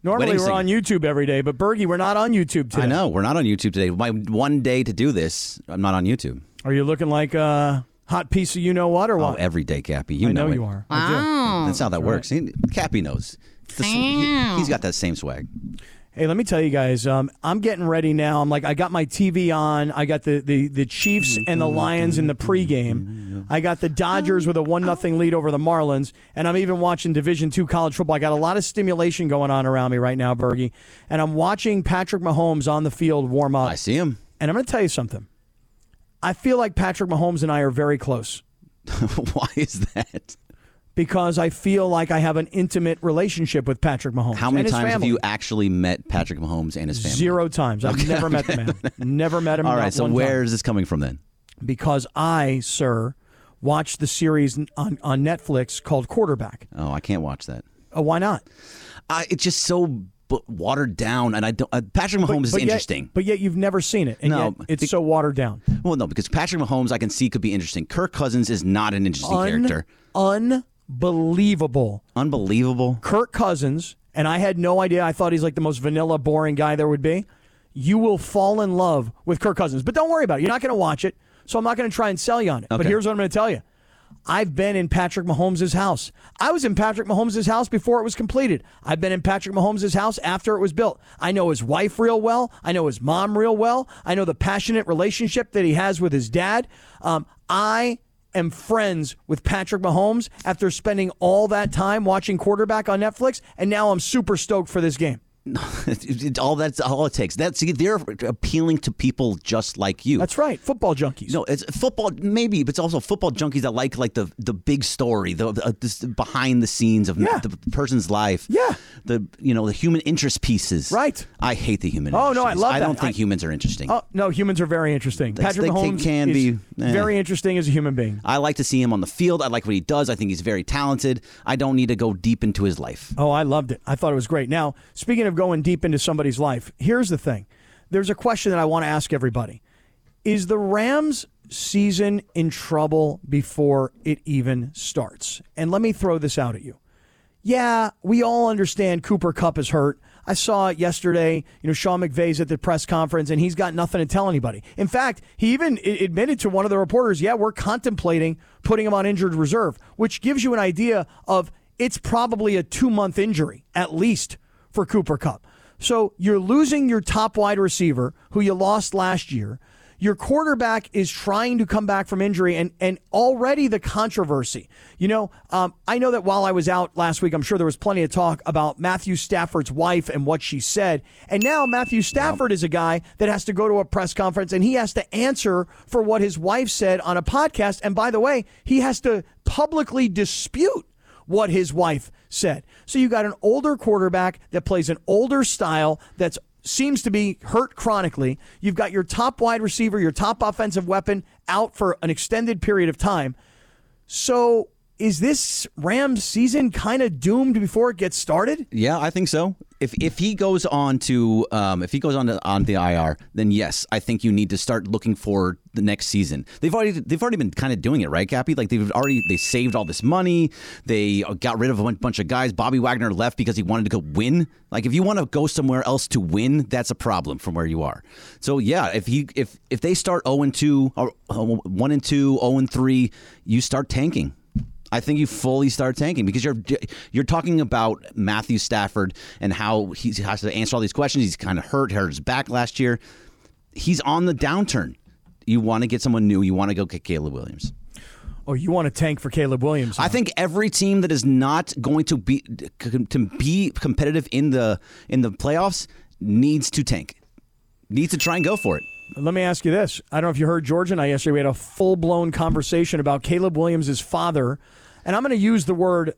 D: Normally,
A: Wedding
D: we're
A: singer.
D: on YouTube every day, but Bergie, we're not on YouTube today.
A: I know we're not on YouTube today. My one day to do this, I'm not on YouTube.
D: Are you looking like a hot piece of you know what or
A: Oh,
D: what?
A: every day, Cappy. You
D: I know
A: it.
D: you are. I do.
H: Wow.
A: That's how that works. He- Cappy knows. It's the s- he,
D: Damn.
A: he's got that same swag.
D: Hey, let me tell you guys, um, I'm getting ready now. I'm like, I got my TV on. I got the, the, the Chiefs and the Lions in the pregame. I got the Dodgers with a 1 nothing lead over the Marlins. And I'm even watching Division two college football. I got a lot of stimulation going on around me right now, Bergie. And I'm watching Patrick Mahomes on the field warm up. I
A: see him.
D: And I'm going to tell you something. I feel like Patrick Mahomes and I are very close.
A: Why is that?
D: Because I feel like I have an intimate relationship with Patrick Mahomes.
A: How many
D: and his
A: times
D: family.
A: have you actually met Patrick Mahomes and his family?
D: Zero times. I've
A: Okay,
D: never met the man. Never met him.
A: All
D: not
A: right. So
D: one
A: where
D: time.
A: is this coming from then?
D: Because I, sir, watched the series on, on Netflix called Quarterback.
A: Oh, I can't watch that.
D: Uh, why not?
A: I, it's just so bu- watered down, and I don't. Uh, Patrick Mahomes is
D: But yet-
A: interesting.
D: but yet you've never seen it, and
A: No,
D: yet it's so watered down.
A: well, no, because Patrick Mahomes I can see could be interesting. Kirk Cousins is not an interesting
D: Un-
A: character.
D: Unbelievable.
A: Unbelievable.
D: Kirk Cousins, and I had no idea. I thought he's like the most vanilla, boring guy there would be. You will fall in love with Kirk Cousins, but don't worry about it. You're not going to watch it, so I'm not going to try and sell you on it. But
K: Okay.
D: here's what I'm going to tell you. I've been in Patrick Mahomes' house. I was in Patrick Mahomes' house before it was completed. I've been in Patrick Mahomes' house after it was built. I know his wife real well. I know his mom real well. I know the passionate relationship that he has with his dad. Um, I am friends with Patrick Mahomes after spending all that time watching quarterback on Netflix, and now I'm super stoked for this game.
A: It- it- all that's all it takes. That's see, they're appealing to people just like you. That's
D: right, football junkies.
A: No, it's football maybe, but it's also football junkies that like like the the big story, the, the this behind the scenes of the person's life. Yeah, the you know the human interest pieces. Right. I hate the human.
D: Oh, no,
A: interest
D: I
A: pieces.
D: love
A: I don't
D: that.
A: think
D: I-
A: humans are interesting.
D: Oh no, humans are very interesting.
A: That's-
D: Patrick
A: they- they
D: Mahomes
A: can
D: is
A: be, eh.
D: very interesting as a human being.
A: I like to see him on the field. I like what he does. I think he's very talented. I don't need to go deep into his life.
D: Oh, I loved it. I thought it was great. Now, speaking of going deep into somebody's life, here's the thing. There's a question that I want to ask everybody. Is the Rams season in trouble before it even starts? And let me throw this out at you. Yeah, we all understand Cooper Cup is hurt. I saw it yesterday. You know, Sean McVay's at the press conference, and he's got nothing to tell anybody. In fact, he even i- admitted to one of the reporters, "Yeah, we're contemplating putting him on injured reserve," which gives you an idea of it's probably a two-month injury at least for Cooper Cup. So you're losing your top wide receiver, who you lost last year. Your quarterback is trying to come back from injury, and and already the controversy. You know, um, I know that while I was out last week, I'm sure there was plenty of talk about Matthew Stafford's wife and what she said. And now Matthew Stafford is a guy that has to go to a press conference and he has to answer for what his wife said on a podcast. And by the way, he has to publicly dispute what his wife said. So you got an older quarterback that plays an older style that's seems to be hurt chronically. You've got your top wide receiver, your top offensive weapon out for an extended period of time. So is this Rams season kind of doomed before it gets started?
A: Yeah, I think so. If if he goes on to um, if he goes on to, on the IR, then yes, I think you need to start looking for the next season. They've already they've already been kind of doing it, right, Cappy? Like they've already they saved all this money. They uh, got rid of a bun- bunch of guys. Bobby Wagner left because he wanted to go win. Like if you want to go somewhere else to win, that's a problem from where you are. So yeah, if he if if they start 0 and 2 or uh, 1 and 2, 0 and 3, you start tanking. I think you fully start tanking because you're you're talking about Matthew Stafford and how he has to answer all these questions. He's kind of hurt, hurt his back last year. He's on the downturn. You want to get someone new. You want to go get Caleb Williams.
D: Oh, you want to tank for Caleb Williams?
A: I think every team that is not going to be to be competitive in the in the playoffs needs to tank. Needs to try and go for it.
D: Let me ask you this. I don't know if you heard George and I yesterday. We had a full blown conversation about Caleb Williams' father. And I'm going to use the word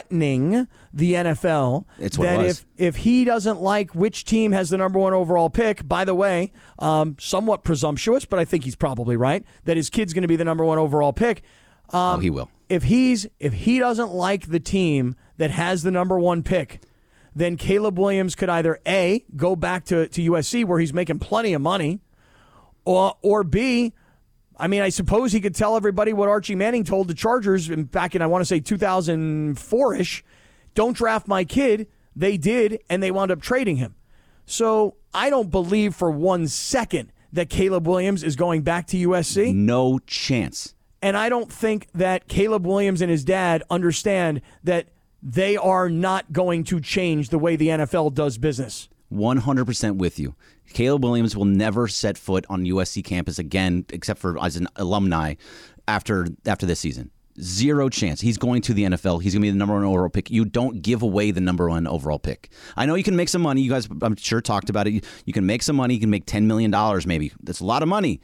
D: threatening the NFL.
A: It's what it
D: that
A: was.
D: if if he doesn't like which team has the number one overall pick, by the way, um, somewhat presumptuous, but I think he's probably right that his kid's going to be the number one overall pick. Um,
A: Oh, he will.
D: If he's if he doesn't like the team that has the number one pick, then Caleb Williams could either a go back to to USC where he's making plenty of money, or or B, I mean, I suppose he could tell everybody what Archie Manning told the Chargers in- back in I want to say 2004 ish. Don't draft my kid. They did, and they wound up trading him. So I don't believe for one second that Caleb Williams is going back to USC.
A: No chance.
D: And I don't think that Caleb Williams and his dad understand that they are not going to change the way the NFL does business.
A: 100% with you. Caleb Williams will never set foot on USC campus again, except for as an alumni after after this season. Zero chance. He's going to the NFL. He's going to be the number one overall pick. You don't give away the number one overall pick. I know you can make some money. You guys, I'm sure, talked about it. You, you can make some money. You can make $10 million, maybe. That's a lot of money.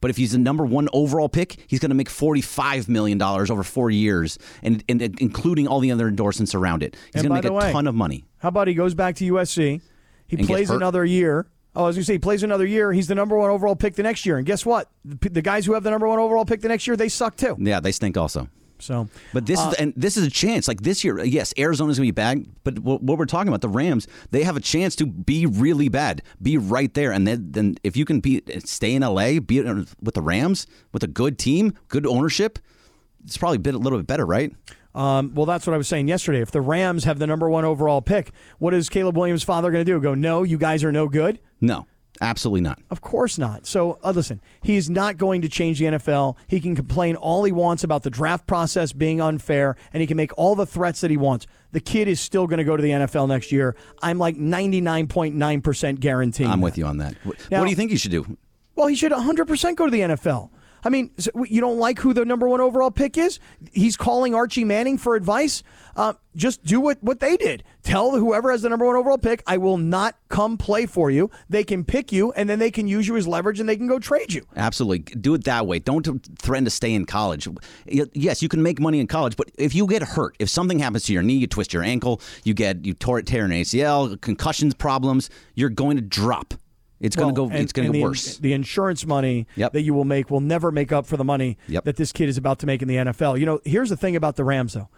A: But if he's the number one overall pick, he's going to make $45 million over four years, and, and including all the other endorsements around it. He's
D: And
A: going
D: by
A: to
D: the
A: make a
D: way-
A: ton of money.
D: How about he goes back to USC? He
A: And gets
D: plays
A: hurt.
D: another year. Oh, I was going to say, he plays another year. He's the number one overall pick the next year. And guess what? The, p- the guys who have the number one overall pick the next year, they suck too.
A: Yeah, they stink also.
D: So,
A: but this
D: uh,
A: is and this is a chance. Like this year, yes, Arizona's going to be bad. But what, what we're talking about, the Rams, they have a chance to be really bad, be right there. And then, then if you can be stay in LA, be with the Rams, with a good team, good ownership, it's probably been a little bit better, right?
D: Um, well, that's what I was saying yesterday. If the Rams have the number one overall pick, what is Caleb Williams' father going to do? Go, no, you guys are no good?
A: No, absolutely not.
D: Of course not. So, uh, listen, he's not going to change the NFL. He can complain all he wants about the draft process being unfair, and he can make all the threats that he wants. The kid is still going to go to the NFL next year. I'm like 99.9% guaranteed.
A: I'm with you on that. Wh-
D: Now-
A: what do you think you should do?
D: Well, he should 100% go to the NFL. I mean, so w- you don't like who the number one overall pick is? He's calling Archie Manning for advice. Uh, just do what, what they did. Tell whoever has the number one overall pick, I will not come play for you. They can pick you, and then they can use you as leverage, and they can go trade you.
A: Absolutely. Do it that way. Don't threaten to stay in college. Y- Yes, you can make money in college, but if you get hurt, if something happens to your knee, you twist your ankle, you get you tore tear an ACL, concussions problems, you're going to drop. It's going
D: Well,
A: to go
D: and-
A: it's going to
D: and
A: get
D: the-
A: worse.
D: The insurance money that you will make will never make up for the money that this kid is about to make in the NFL. You know, here's the thing about the Rams, though.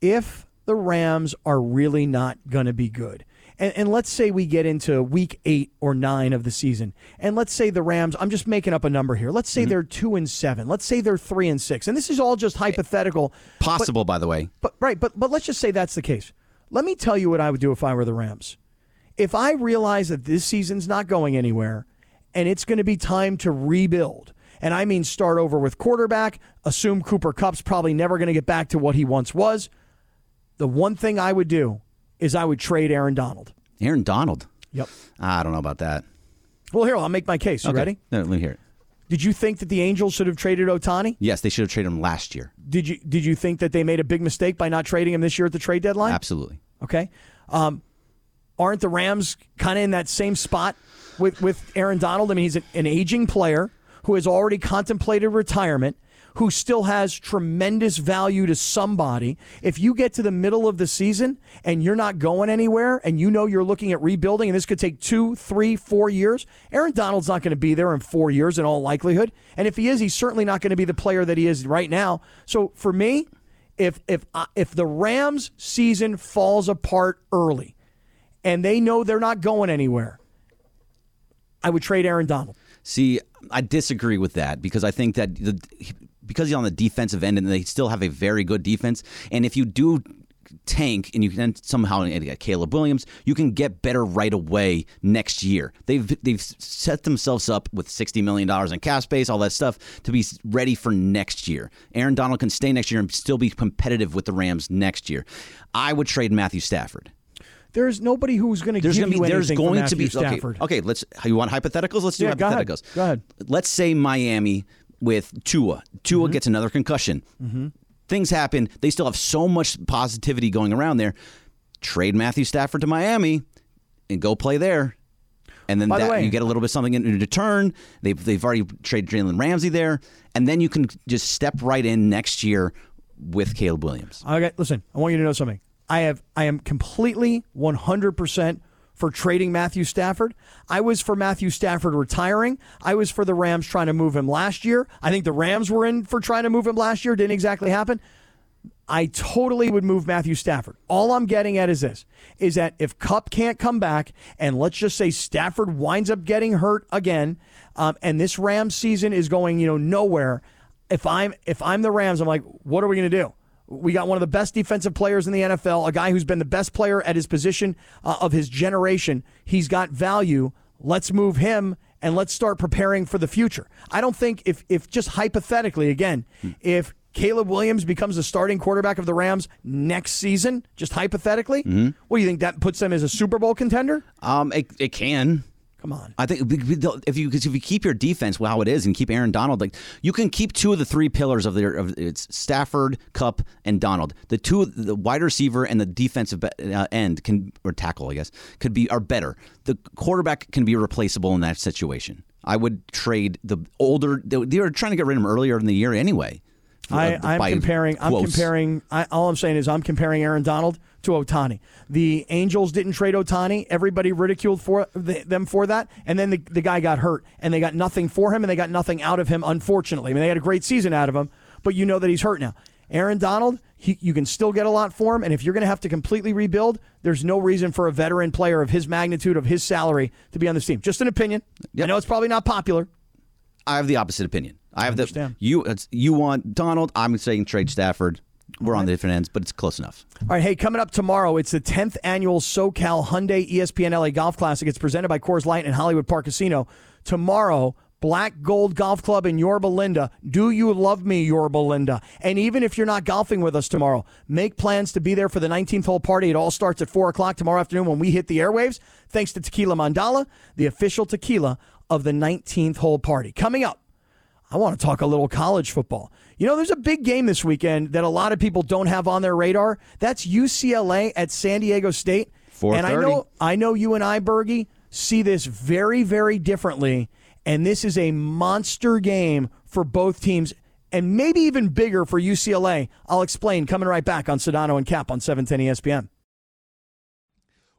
D: If the Rams are really not going to be good, and, and let's say we get into week eight or nine of the season, and let's say the Rams, I'm just making up a number here. Let's
A: Mm-hmm.
D: say they're two and seven. Let's say they're three and six. And this is all just hypothetical. but-
A: Eh, Possible Oh, by the way.
D: but right, but but let's just say that's the case. Let me tell you what I would do if I were the Rams. If I realize that this season's not going anywhere and it's going to be time to rebuild, and I mean start over with quarterback, assume Cooper Cup's probably never going to get back to what he once was, the one thing I would do is I would trade Aaron Donald.
A: Aaron Donald.
D: Yep.
A: I don't know about that.
D: Well, here, I'll make my case. You
A: Okay.
D: ready?
A: No, let me hear it.
D: Did you think that the Angels should have traded Otani?
A: Yes, they should have traded him last year.
D: Did you did you think that they made a big mistake by not trading him this year at the trade deadline?
A: Absolutely.
D: Okay. Um, aren't the Rams kind of in that same spot with, with Aaron Donald? I mean, he's an, an aging player who has already contemplated retirement, who still has tremendous value to somebody. If you get to the middle of the season and you're not going anywhere and you know you're looking at rebuilding and this could take two, three, four years, Aaron Donald's not going to be there in four years in all likelihood. And if he is, he's certainly not going to be the player that he is right now. So for me, if if I- if the Rams season falls apart early and they know they're not going anywhere, I would trade Aaron Donald.
A: See, I disagree with that because I think that the, because he's on the defensive end and they still have a very good defense, and if you do tank and you can somehow get Caleb Williams, you can get better right away next year. They've they've set themselves up with sixty million dollars in cap space, all that stuff to be ready for next year. Aaron Donald can stay next year and still be competitive with the Rams next year. I would trade Matthew Stafford.
D: There's nobody who's going to give
A: There's going to
D: you
A: be there's
D: anything for
A: going to
D: Matthew
A: be okay,
D: Stafford.
A: Okay, let's you want hypotheticals? Let's do
D: Yeah, go ahead.
A: hypotheticals.
D: Go ahead.
A: Let's say Miami with Tua. Tua
D: Mm-hmm.
A: gets another concussion. Things happen. They still have so much positivity going around there. Trade Matthew Stafford to Miami and go play there. And then
D: By the
A: that,
D: way-
A: you get a little bit something in in return. They've they've already traded Jalen Ramsey there, and then you can just step right in next year with Caleb Williams.
D: Okay, listen, I want you to know something. I have I am completely 100% for trading Matthew Stafford. I was for Matthew Stafford retiring. I was for the Rams trying to move him last year. I think the Rams were in for trying to move him last year, didn't exactly happen. I totally would move Matthew Stafford. All I'm getting at is this is that if Cup can't come back, and let's just say Stafford winds up getting hurt again, um, and this Rams season is going, you know, nowhere. If I'm if I'm the Rams, I'm like, what are we gonna do? We got one of the best defensive players in the NFL, a guy who's been the best player at his position uh, of his generation. He's got value. Let's move him and let's start preparing for the future. I don't think if if just hypothetically again, if Caleb Williams becomes the starting quarterback of the Rams next season, just hypothetically,
A: Hmm. Mm-hmm.
D: what do you think that puts them as a Super Bowl contender?
A: Um, it, it can.
D: Come on.
A: I think if you 'cause if you keep your defense how it is and keep Aaron Donald, like you can keep two of the three pillars of their of it's Stafford, Cup, and Donald. The two the wide receiver and the defensive be- uh, end can or tackle, I guess, could be are better. The quarterback can be replaceable in that situation. I would trade the older. They, they were trying to get rid of him earlier in the year anyway.
D: I,
A: Uh,
D: I'm
A: by
D: comparing. I'm
A: quotes.
D: comparing. I, all I'm saying is I'm comparing Aaron Donald to Otani. The Angels didn't trade Otani. Everybody ridiculed for the, them for that, and then the, the guy got hurt, and they got nothing for him, and they got nothing out of him. Unfortunately, I mean they had a great season out of him, but you know that he's hurt now. Aaron Donald, he, you can still get a lot for him, and if you're going to have to completely rebuild, there's no reason for a veteran player of his magnitude, of his salary, to be on this team. Just an opinion. I know it's probably not popular.
A: I have the opposite opinion. I have the you it's, you want Donald. I'm saying trade Stafford. We're on the different ends, but it's close enough.
D: All right, hey, coming up tomorrow, it's the 10th annual SoCal Hyundai E ESPN LA Golf Classic. It's presented by Coors Light and Hollywood Park Casino. Tomorrow, Black Gold Golf Club in Yorba Linda. Do you love me, Yorba Linda? And even if you're not golfing with us tomorrow, make plans to be there for the 19th hole party. It all starts at 4 o'clock tomorrow afternoon when we hit the airwaves, thanks to Tequila Mandala, the official tequila of the 19th hole party. Coming up, I want to talk a little college football. You know, there's a big game this weekend that a lot of people don't have on their radar. That's UCLA at San Diego State. And I
A: 4:30.
D: know I know you and I, Bergie, see this very, very differently. And this is a monster game for both teams, and maybe even bigger for UCLA. I'll explain coming right back on Sedano and Cap on E 710 ESPN.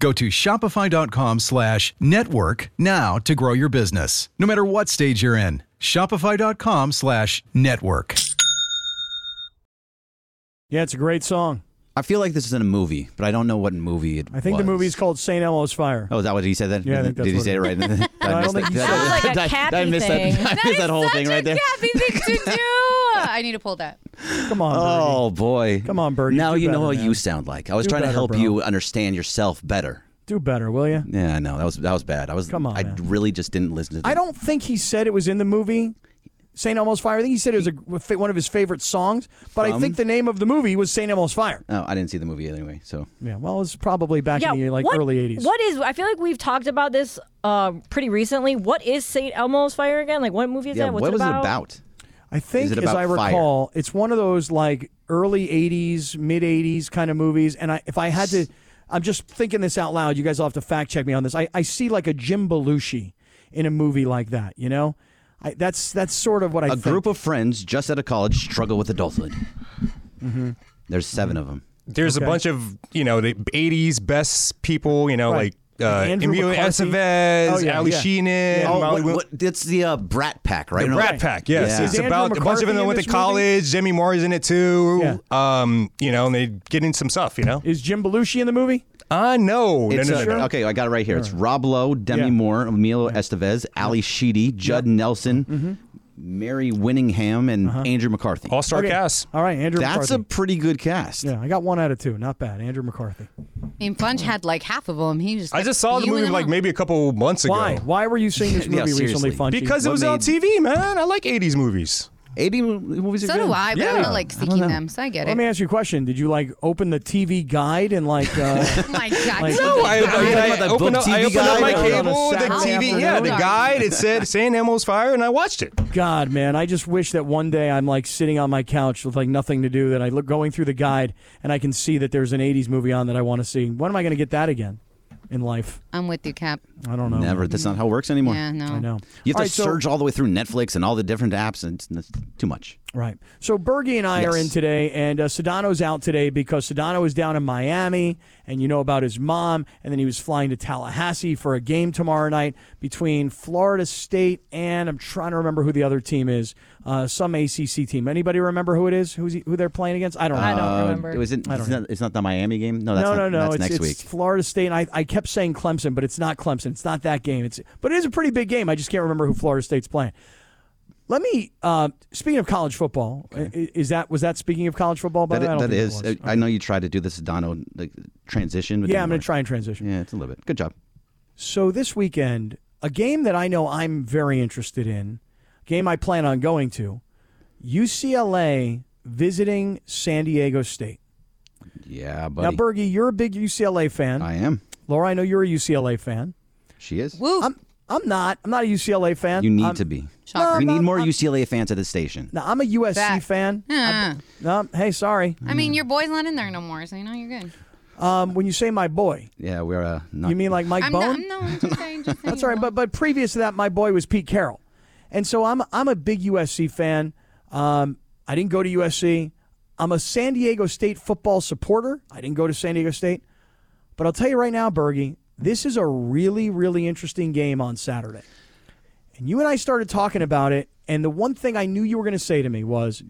L: Go to shopify.com slash network now to grow your business, no matter what stage you're in. Shopify.com slash network.
D: Yeah, it's a great song.
A: I feel like this is in a movie, but I don't know what movie it
D: I think the
A: was.
D: movie's called St. Elmo's Fire.
A: Oh, is that what he said then?
D: Yeah, I think that's
A: Did he
D: what
A: say
D: it-
A: it right? Did
D: No, I
A: I miss
D: don't think
A: that?
D: he said it. Sounds like a
A: Did I- did I
D: Cappy
A: miss
D: thing.
A: that?
D: That
A: I missed
D: is
A: that whole thing right there.
H: Happy thing to do. I need to pull that.
D: Come on.
A: Oh boy. Come
D: on, Bergie.
A: Now
D: Do
A: you know
D: better,
A: what
D: man.
A: you sound like. I was
D: Do
A: trying to
D: better,
A: help
D: bro.
A: you understand yourself better.
D: Do better, will you?
A: Yeah, I know. That was that was bad. I was
D: Come on,
A: I
D: man.
A: really just didn't listen to that.
D: I don't think he said it was in the movie St. Elmo's Fire. I think he said it was a, one of his favorite songs, but I
A: From?
D: think the name of the movie was St. Elmo's Fire.
A: Oh, I didn't see the movie anyway, so
D: Yeah, well, it was probably back
F: yeah,
D: in the like
F: what-
D: early 80s.
F: What is? I feel like we've talked about this uh, pretty recently. What is Saint Elmo's Fire again? Like, what movie is that? What's it about?
D: I think,
A: Is it
D: as
A: about
D: I
A: fire?
D: recall, it's one of those like early '80s, mid '80s kind of movies. And I, if I had to, I'm just thinking this out loud. You guys will have to fact check me on this. I, I see like a Jim Belushi in a movie like that. You know, I, that's that's sort of what I
A: A
D: think.
A: group of friends just out of college struggle with adulthood.
D: Mm-hmm.
A: There's seven of them.
M: There's a bunch of you know the '80s best people. You know
A: Right.
M: like uh, Emilio Estevez,
D: Oh,
M: Ali Sheenan,
A: Oh,
M: Molly
A: what-
M: Wil-
A: what- it's the uh, Brat Pack, right?
M: The
A: No,
M: Brat
A: right.
M: Pack, yes. It's
A: Yeah.
M: about a bunch of them that went to college. Jimmy Moore's in it too. Um, you know, and they get in some stuff. You know,
D: is Jim Belushi in the movie?
M: Uh no,
A: It's,
M: no, no,
A: uh,
M: no, no.
A: Okay, I got it right here. It's Rob Lowe, Demi
M: Yeah.
A: Moore, Emilio Estevez, Ali Sheedy, Judd Nelson,
D: Mm-hmm.
A: Mary Winningham, and Andrew McCarthy. All
D: Uh-huh. Okay. All right, Andrew.
A: That's a
D: McCarthy.
A: pretty good cast.
D: yeah. I got one out of two. Not bad. Andrew McCarthy.
H: I mean, Punch had like half of them. He just.
M: I
H: kept
M: just saw the
H: spewing
M: movie
H: them
M: like
H: out.
M: maybe a couple months ago.
D: Why? Why were you seeing this
M: Yeah,
D: movie recently,
M: seriously.
D: Funchi?
M: Because it was on TV, man. I like '80s movies.
A: '80s movies
H: So do I, but I'm not like seeking
D: know.
H: them, so I get
D: Let
H: it.
D: me ask you a question. Did you like open the TV guide and like? Uh,
H: Oh My God,
D: Like-
M: No, I, I, mean, I opened up, I opened up my cable,
D: On
M: the
D: a Saturday
M: TV, yeah, the
D: afternoon.
M: guide. It said St. Elmo's Fire, and I watched it.
D: God, man, I just wish that one day I'm like sitting on my couch with like nothing to do that I look going through the guide and I can see that there's an 80s movie on that I want to see. When am I going to get that again in life?
H: I'm with you, Cap.
D: I don't know.
A: Never. That's not how it works anymore.
H: Yeah, no.
D: I know.
A: You have to
D: All right, so-
A: surge all the way through Netflix and all the different apps, and it's, it's too much.
D: Right. So Bergie and I are
A: Yes.
D: in today, and uh, Sedano's out today because Sedano is down in Miami, and you know about his mom, and then he was flying to Tallahassee for a game tomorrow night between Florida State and I'm trying to remember who the other team is, uh, some ACC team. Anybody remember who it is? Who's he, who they're playing against? I don't. know.
A: Uh, It was in,
D: I don't
A: it's, not, it's not the Miami game. No, Oh, that's
D: no,
A: not,
D: no, no.
A: That's
D: it's,
A: next
D: it's
A: week.
D: Florida State, and I, I kept saying Clemson, but it's not Clemson. It's not that game. It's but it is a pretty big game. I just can't remember who Florida State's playing. Let me. Uh, speaking of college football, i- is that was that speaking of college football? By the
A: That,
D: way, I
A: i-
D: don't
A: that
D: think it
A: is. uh,
D: was.
A: I- I know you tried to do this Dono like, transition. But
D: Yeah, I'm gonna try and transition.
A: Yeah, it's a little bit. Good job.
D: So this weekend, a game that I know I'm very interested in, game I plan on going to, UCLA visiting San Diego State.
A: Yeah, buddy.
D: Now, Bergie, you're a big UCLA fan. I
A: am.
D: Laura, I know you're a UCLA fan.
A: She is.
D: I'm, I'm not. I'm not a UCLA fan.
A: You need
D: I'm-
A: to be.
D: No,
A: we
D: I'm-
A: need more UCLA fans at the station.
D: No, I'm a USC
H: That-
D: fan. I- no, hey, sorry.
H: I mean, your boy's not in there no more, so you know you're good.
D: um, when you say my boy,
A: Yeah, we're uh, not.
D: you mean like Mike
H: I'm
D: Bone?
H: not- I'm not- I'm just saying, just saying.
D: That's all right. But but previous to that, my boy was Pete Carroll, and so I'm I'm a big USC fan. Um, I didn't go to USC. I'm a San Diego State football supporter. I didn't go to San Diego State. But I'll tell you right now, Bergie, this is a really, really interesting game on Saturday. And you and I started talking about it. And the one thing I knew you were going to say to me was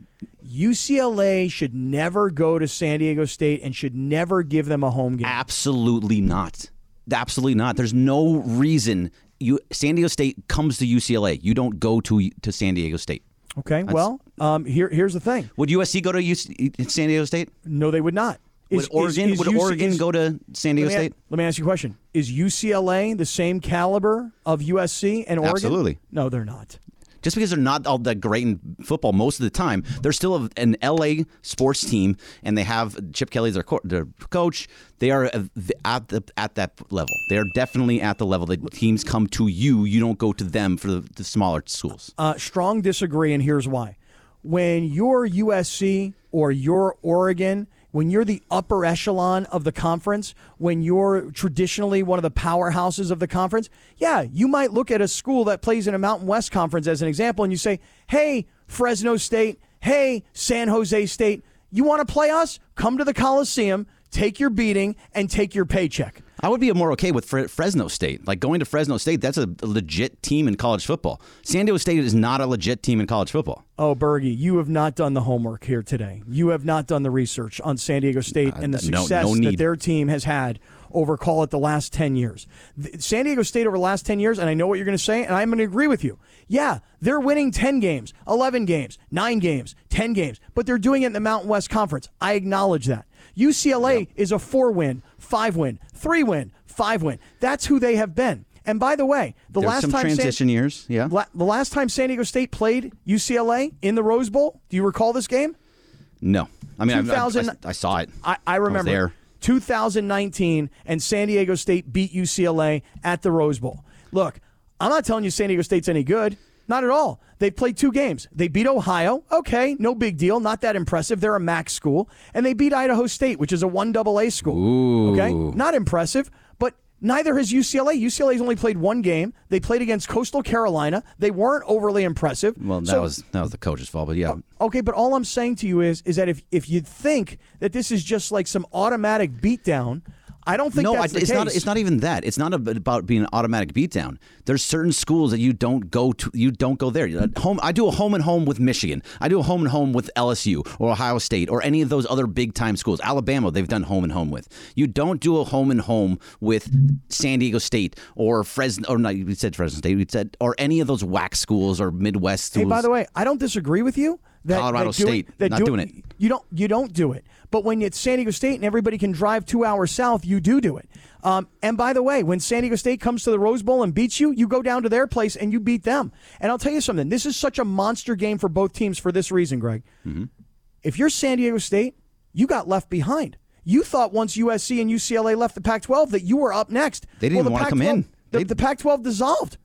D: UCLA should never go to San Diego State and should never give them a home game.
A: Absolutely not. Absolutely not. There's no reason you San Diego State comes to UCLA. You don't go to to San Diego State.
D: Okay.
A: That's-
D: well, um, here, here's the thing.
A: Would USC go to UC, San Diego State?
D: No, they would not.
A: Would Oregon- would Oregon go to San Diego
D: let me a-
A: State?
D: let me ask you a question. Is UCLA the same caliber of USC and Oregon?
A: Absolutely.
D: No, they're not.
A: Just because they're not all that great in football most of the time, they're still a, an LA sports team, and they have Chip Kelly as their, co- their coach. They are uh, at the at that level. They are definitely at the level. The teams come to you. You don't go to them for the, the smaller schools.
D: Uh, strong disagree, and here's why. When you're USC or you're Oregon, when you're the upper echelon of the conference, when you're traditionally one of the powerhouses of the conference, yeah, you might look at a school that plays in a Mountain West conference as an example and you say, hey, Fresno State, hey, San Jose State, you want to play us? Come to the Coliseum, take your beating, and take your paycheck.
A: I would be more okay with Fre- Fresno State. Like going to Fresno State, that's a legit team in college football. San Diego State is not a legit team in college football.
D: Oh, Bergie, you have not done the homework here today. You have not done the research on San Diego State and the
A: Uh, no- no
D: success that
A: need.
D: their team has had over, call it, the last 10 years. Th- San Diego State over the last 10 years, and I know what you're going to say, and I'm going to agree with you. Yeah, they're winning 10 games, 11 games, 9 games, 10 games, but they're doing it in the Mountain West Conference. I acknowledge that. UCLA is a four win, five win, three win, five win. That's who they have been. And by the way, the
A: There's
D: last
A: some
D: time San-
A: transition years, yeah.
D: La- the last time San Diego State played UCLA in the Rose Bowl, do you recall this game?
A: No, I mean, I- I-
D: 2000
A: I, I saw it.
D: I, I
A: was
D: remember
A: there.
D: 2019, and San Diego State beat UCLA at the Rose Bowl. Look, I'm not telling you San Diego State's any good. Not at all. They played two games. They beat Ohio. Okay, no big deal. Not that impressive. They're a MAC school. And they beat Idaho State, which is a 1AA school. Okay, not impressive. But neither has UCLA. UCLA's only played one game. They played against Coastal Carolina. They weren't overly impressive.
A: Well, that
D: So-
A: was that was the coach's fault, but yeah,
D: Okay, but all I'm saying to you is is that if if you think that this is just like some automatic beatdown, I don't think
A: no, I,
D: that's
A: it's
D: the case.
A: not. It's not even that. It's not ab- about being an automatic beatdown. There's certain schools that you don't go to. You don't go there. At Home. I do a home and home with Michigan. I do a home and home with LSU or Ohio State or any of those other big time schools. Alabama, they've done home and home with. You don't do a home and home with San Diego State or Fresno. Or not. We said Fresno State. We said or any of those whack schools or Midwest
D: Hey,
A: schools.
D: by the way, I don't disagree with you. That,
A: Colorado
D: that do it-
A: State,
D: that
A: not
D: do
A: doing it.
D: You don't. You don't do it. But when it's San Diego State and everybody can drive two hours south, you do do it. Um, and by the way, when San Diego State comes to the Rose Bowl and beats you, you go down to their place and you beat them. And I'll tell you something. This is such a monster game for both teams for this reason, Greg.
A: Mm-hmm.
D: If you're San Diego State, you got left behind. You thought once USC and UCLA left the Pac 12 that you were up next.
A: They didn't even
D: the
A: wanna come
D: Pac-12
A: in.
D: The, the Pac 12 dissolved.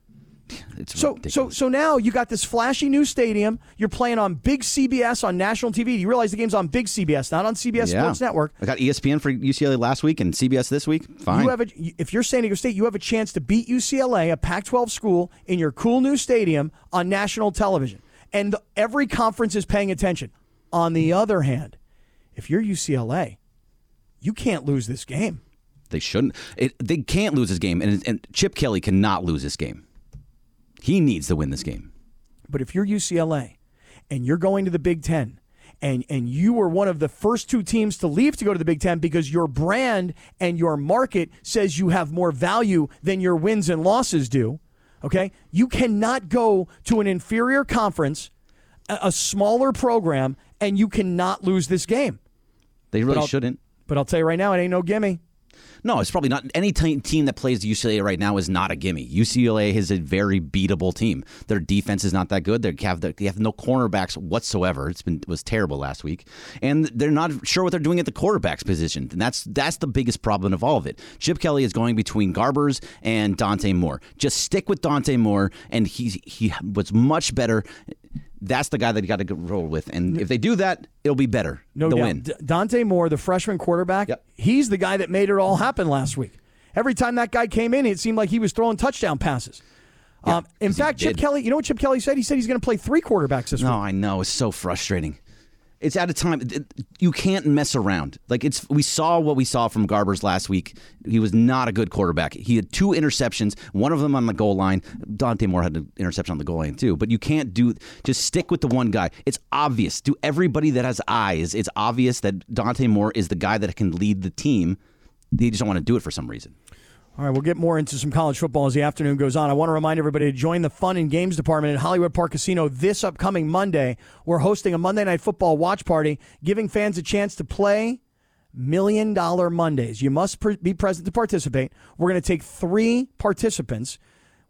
D: so, so, so now you got this flashy new stadium. You're playing on big CBS on national TV. Do you realize the game's on big CBS, not on CBS
A: Yeah.
D: E Sports Network?
A: I got E ESPN for UCLA last week and CBS this week. Fine.
D: You have a, if you're San Diego State, you have a chance to beat UCLA, a Pac-12 school, in your cool new stadium on national television, and the, every conference is paying attention. On the other hand, if you're UCLA, you can't lose this game.
A: They shouldn't. It, they can't lose this game, and, and Chip Kelly cannot lose this game. He needs to win this game.
D: But if you're UCLA and you're going to the Big Ten, and, and you were one of the first two teams to leave to go to the Big Ten because your brand and your market says you have more value than your wins and losses do. Okay? You cannot go to an inferior conference, a, a smaller program, and you cannot lose this game.
A: They really
D: I'll-
A: shouldn't.
D: But I'll tell you right now, it ain't no gimme.
A: No, it's probably not. Any te- team that plays UCLA right now is not a gimme. UCLA is a very beatable team. Their defense is not that good. They have the, they have no cornerbacks whatsoever. It's been it was terrible last week, and they're not sure what they're doing at the quarterbacks position. And that's that's the biggest problem of all of it. Chip Kelly is going between Garbers and Dante Moore. Just stick with Dante Moore, and he he was much better. That's the guy that you got to roll with, and if they do that, it'll be better.
D: No
A: the
D: doubt.
A: win.
D: D- Dante Moore, the freshman quarterback, he's the guy that made it all happen last week. Every time that guy came in, it seemed like he was throwing touchdown passes. um, in fact, Chip
A: did.
D: Kelly, you know what Chip Kelly said? He said he's going to play three quarterbacks this
A: No,
D: week.
A: I know. It's so frustrating. It's at a time th- you can't mess around. Like it's we saw what we saw from Garbers last week. He was not a good quarterback. He had two interceptions, one of them on the goal line. Dante Moore had an interception on the goal line too. But you can't do just stick with the one guy. It's obvious to everybody that has eyes. It's obvious that Dante Moore is the guy that can lead the team. They just don't want to do it for some reason.
D: All right, we'll get more into some college football as the afternoon goes on. I want to remind everybody to join the fun and games department at Hollywood Park Casino this upcoming Monday. We're hosting a Monday Night Football watch party, giving fans a chance to play Million Dollar Mondays. You must pre- be present to participate. We're going to take three participants.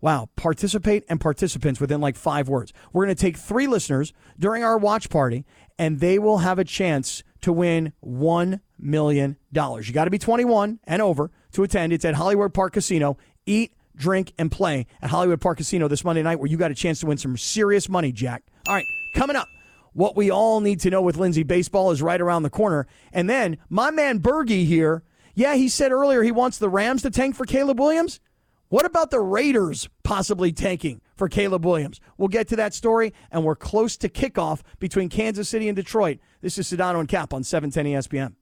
D: Wow, participate and participants within like five words. We're going to take three listeners during our watch party, and they will have a chance to win $1 million. You got to be 21 and over to attend. It's at Hollywood Park Casino. Eat, drink, and play at Hollywood Park Casino this Monday night, where you got a chance to win some serious money, Jack. All right, coming up. What we all need to know with Lindsay baseball is right around the corner. And then my man Bergie here, yeah, he said earlier he wants the Rams to tank for Caleb Williams. What about the Raiders possibly tanking for Caleb Williams? We'll get to that story, and we're close to kickoff between Kansas City and Detroit. This is Sedano and Cap on E 710 ESPN.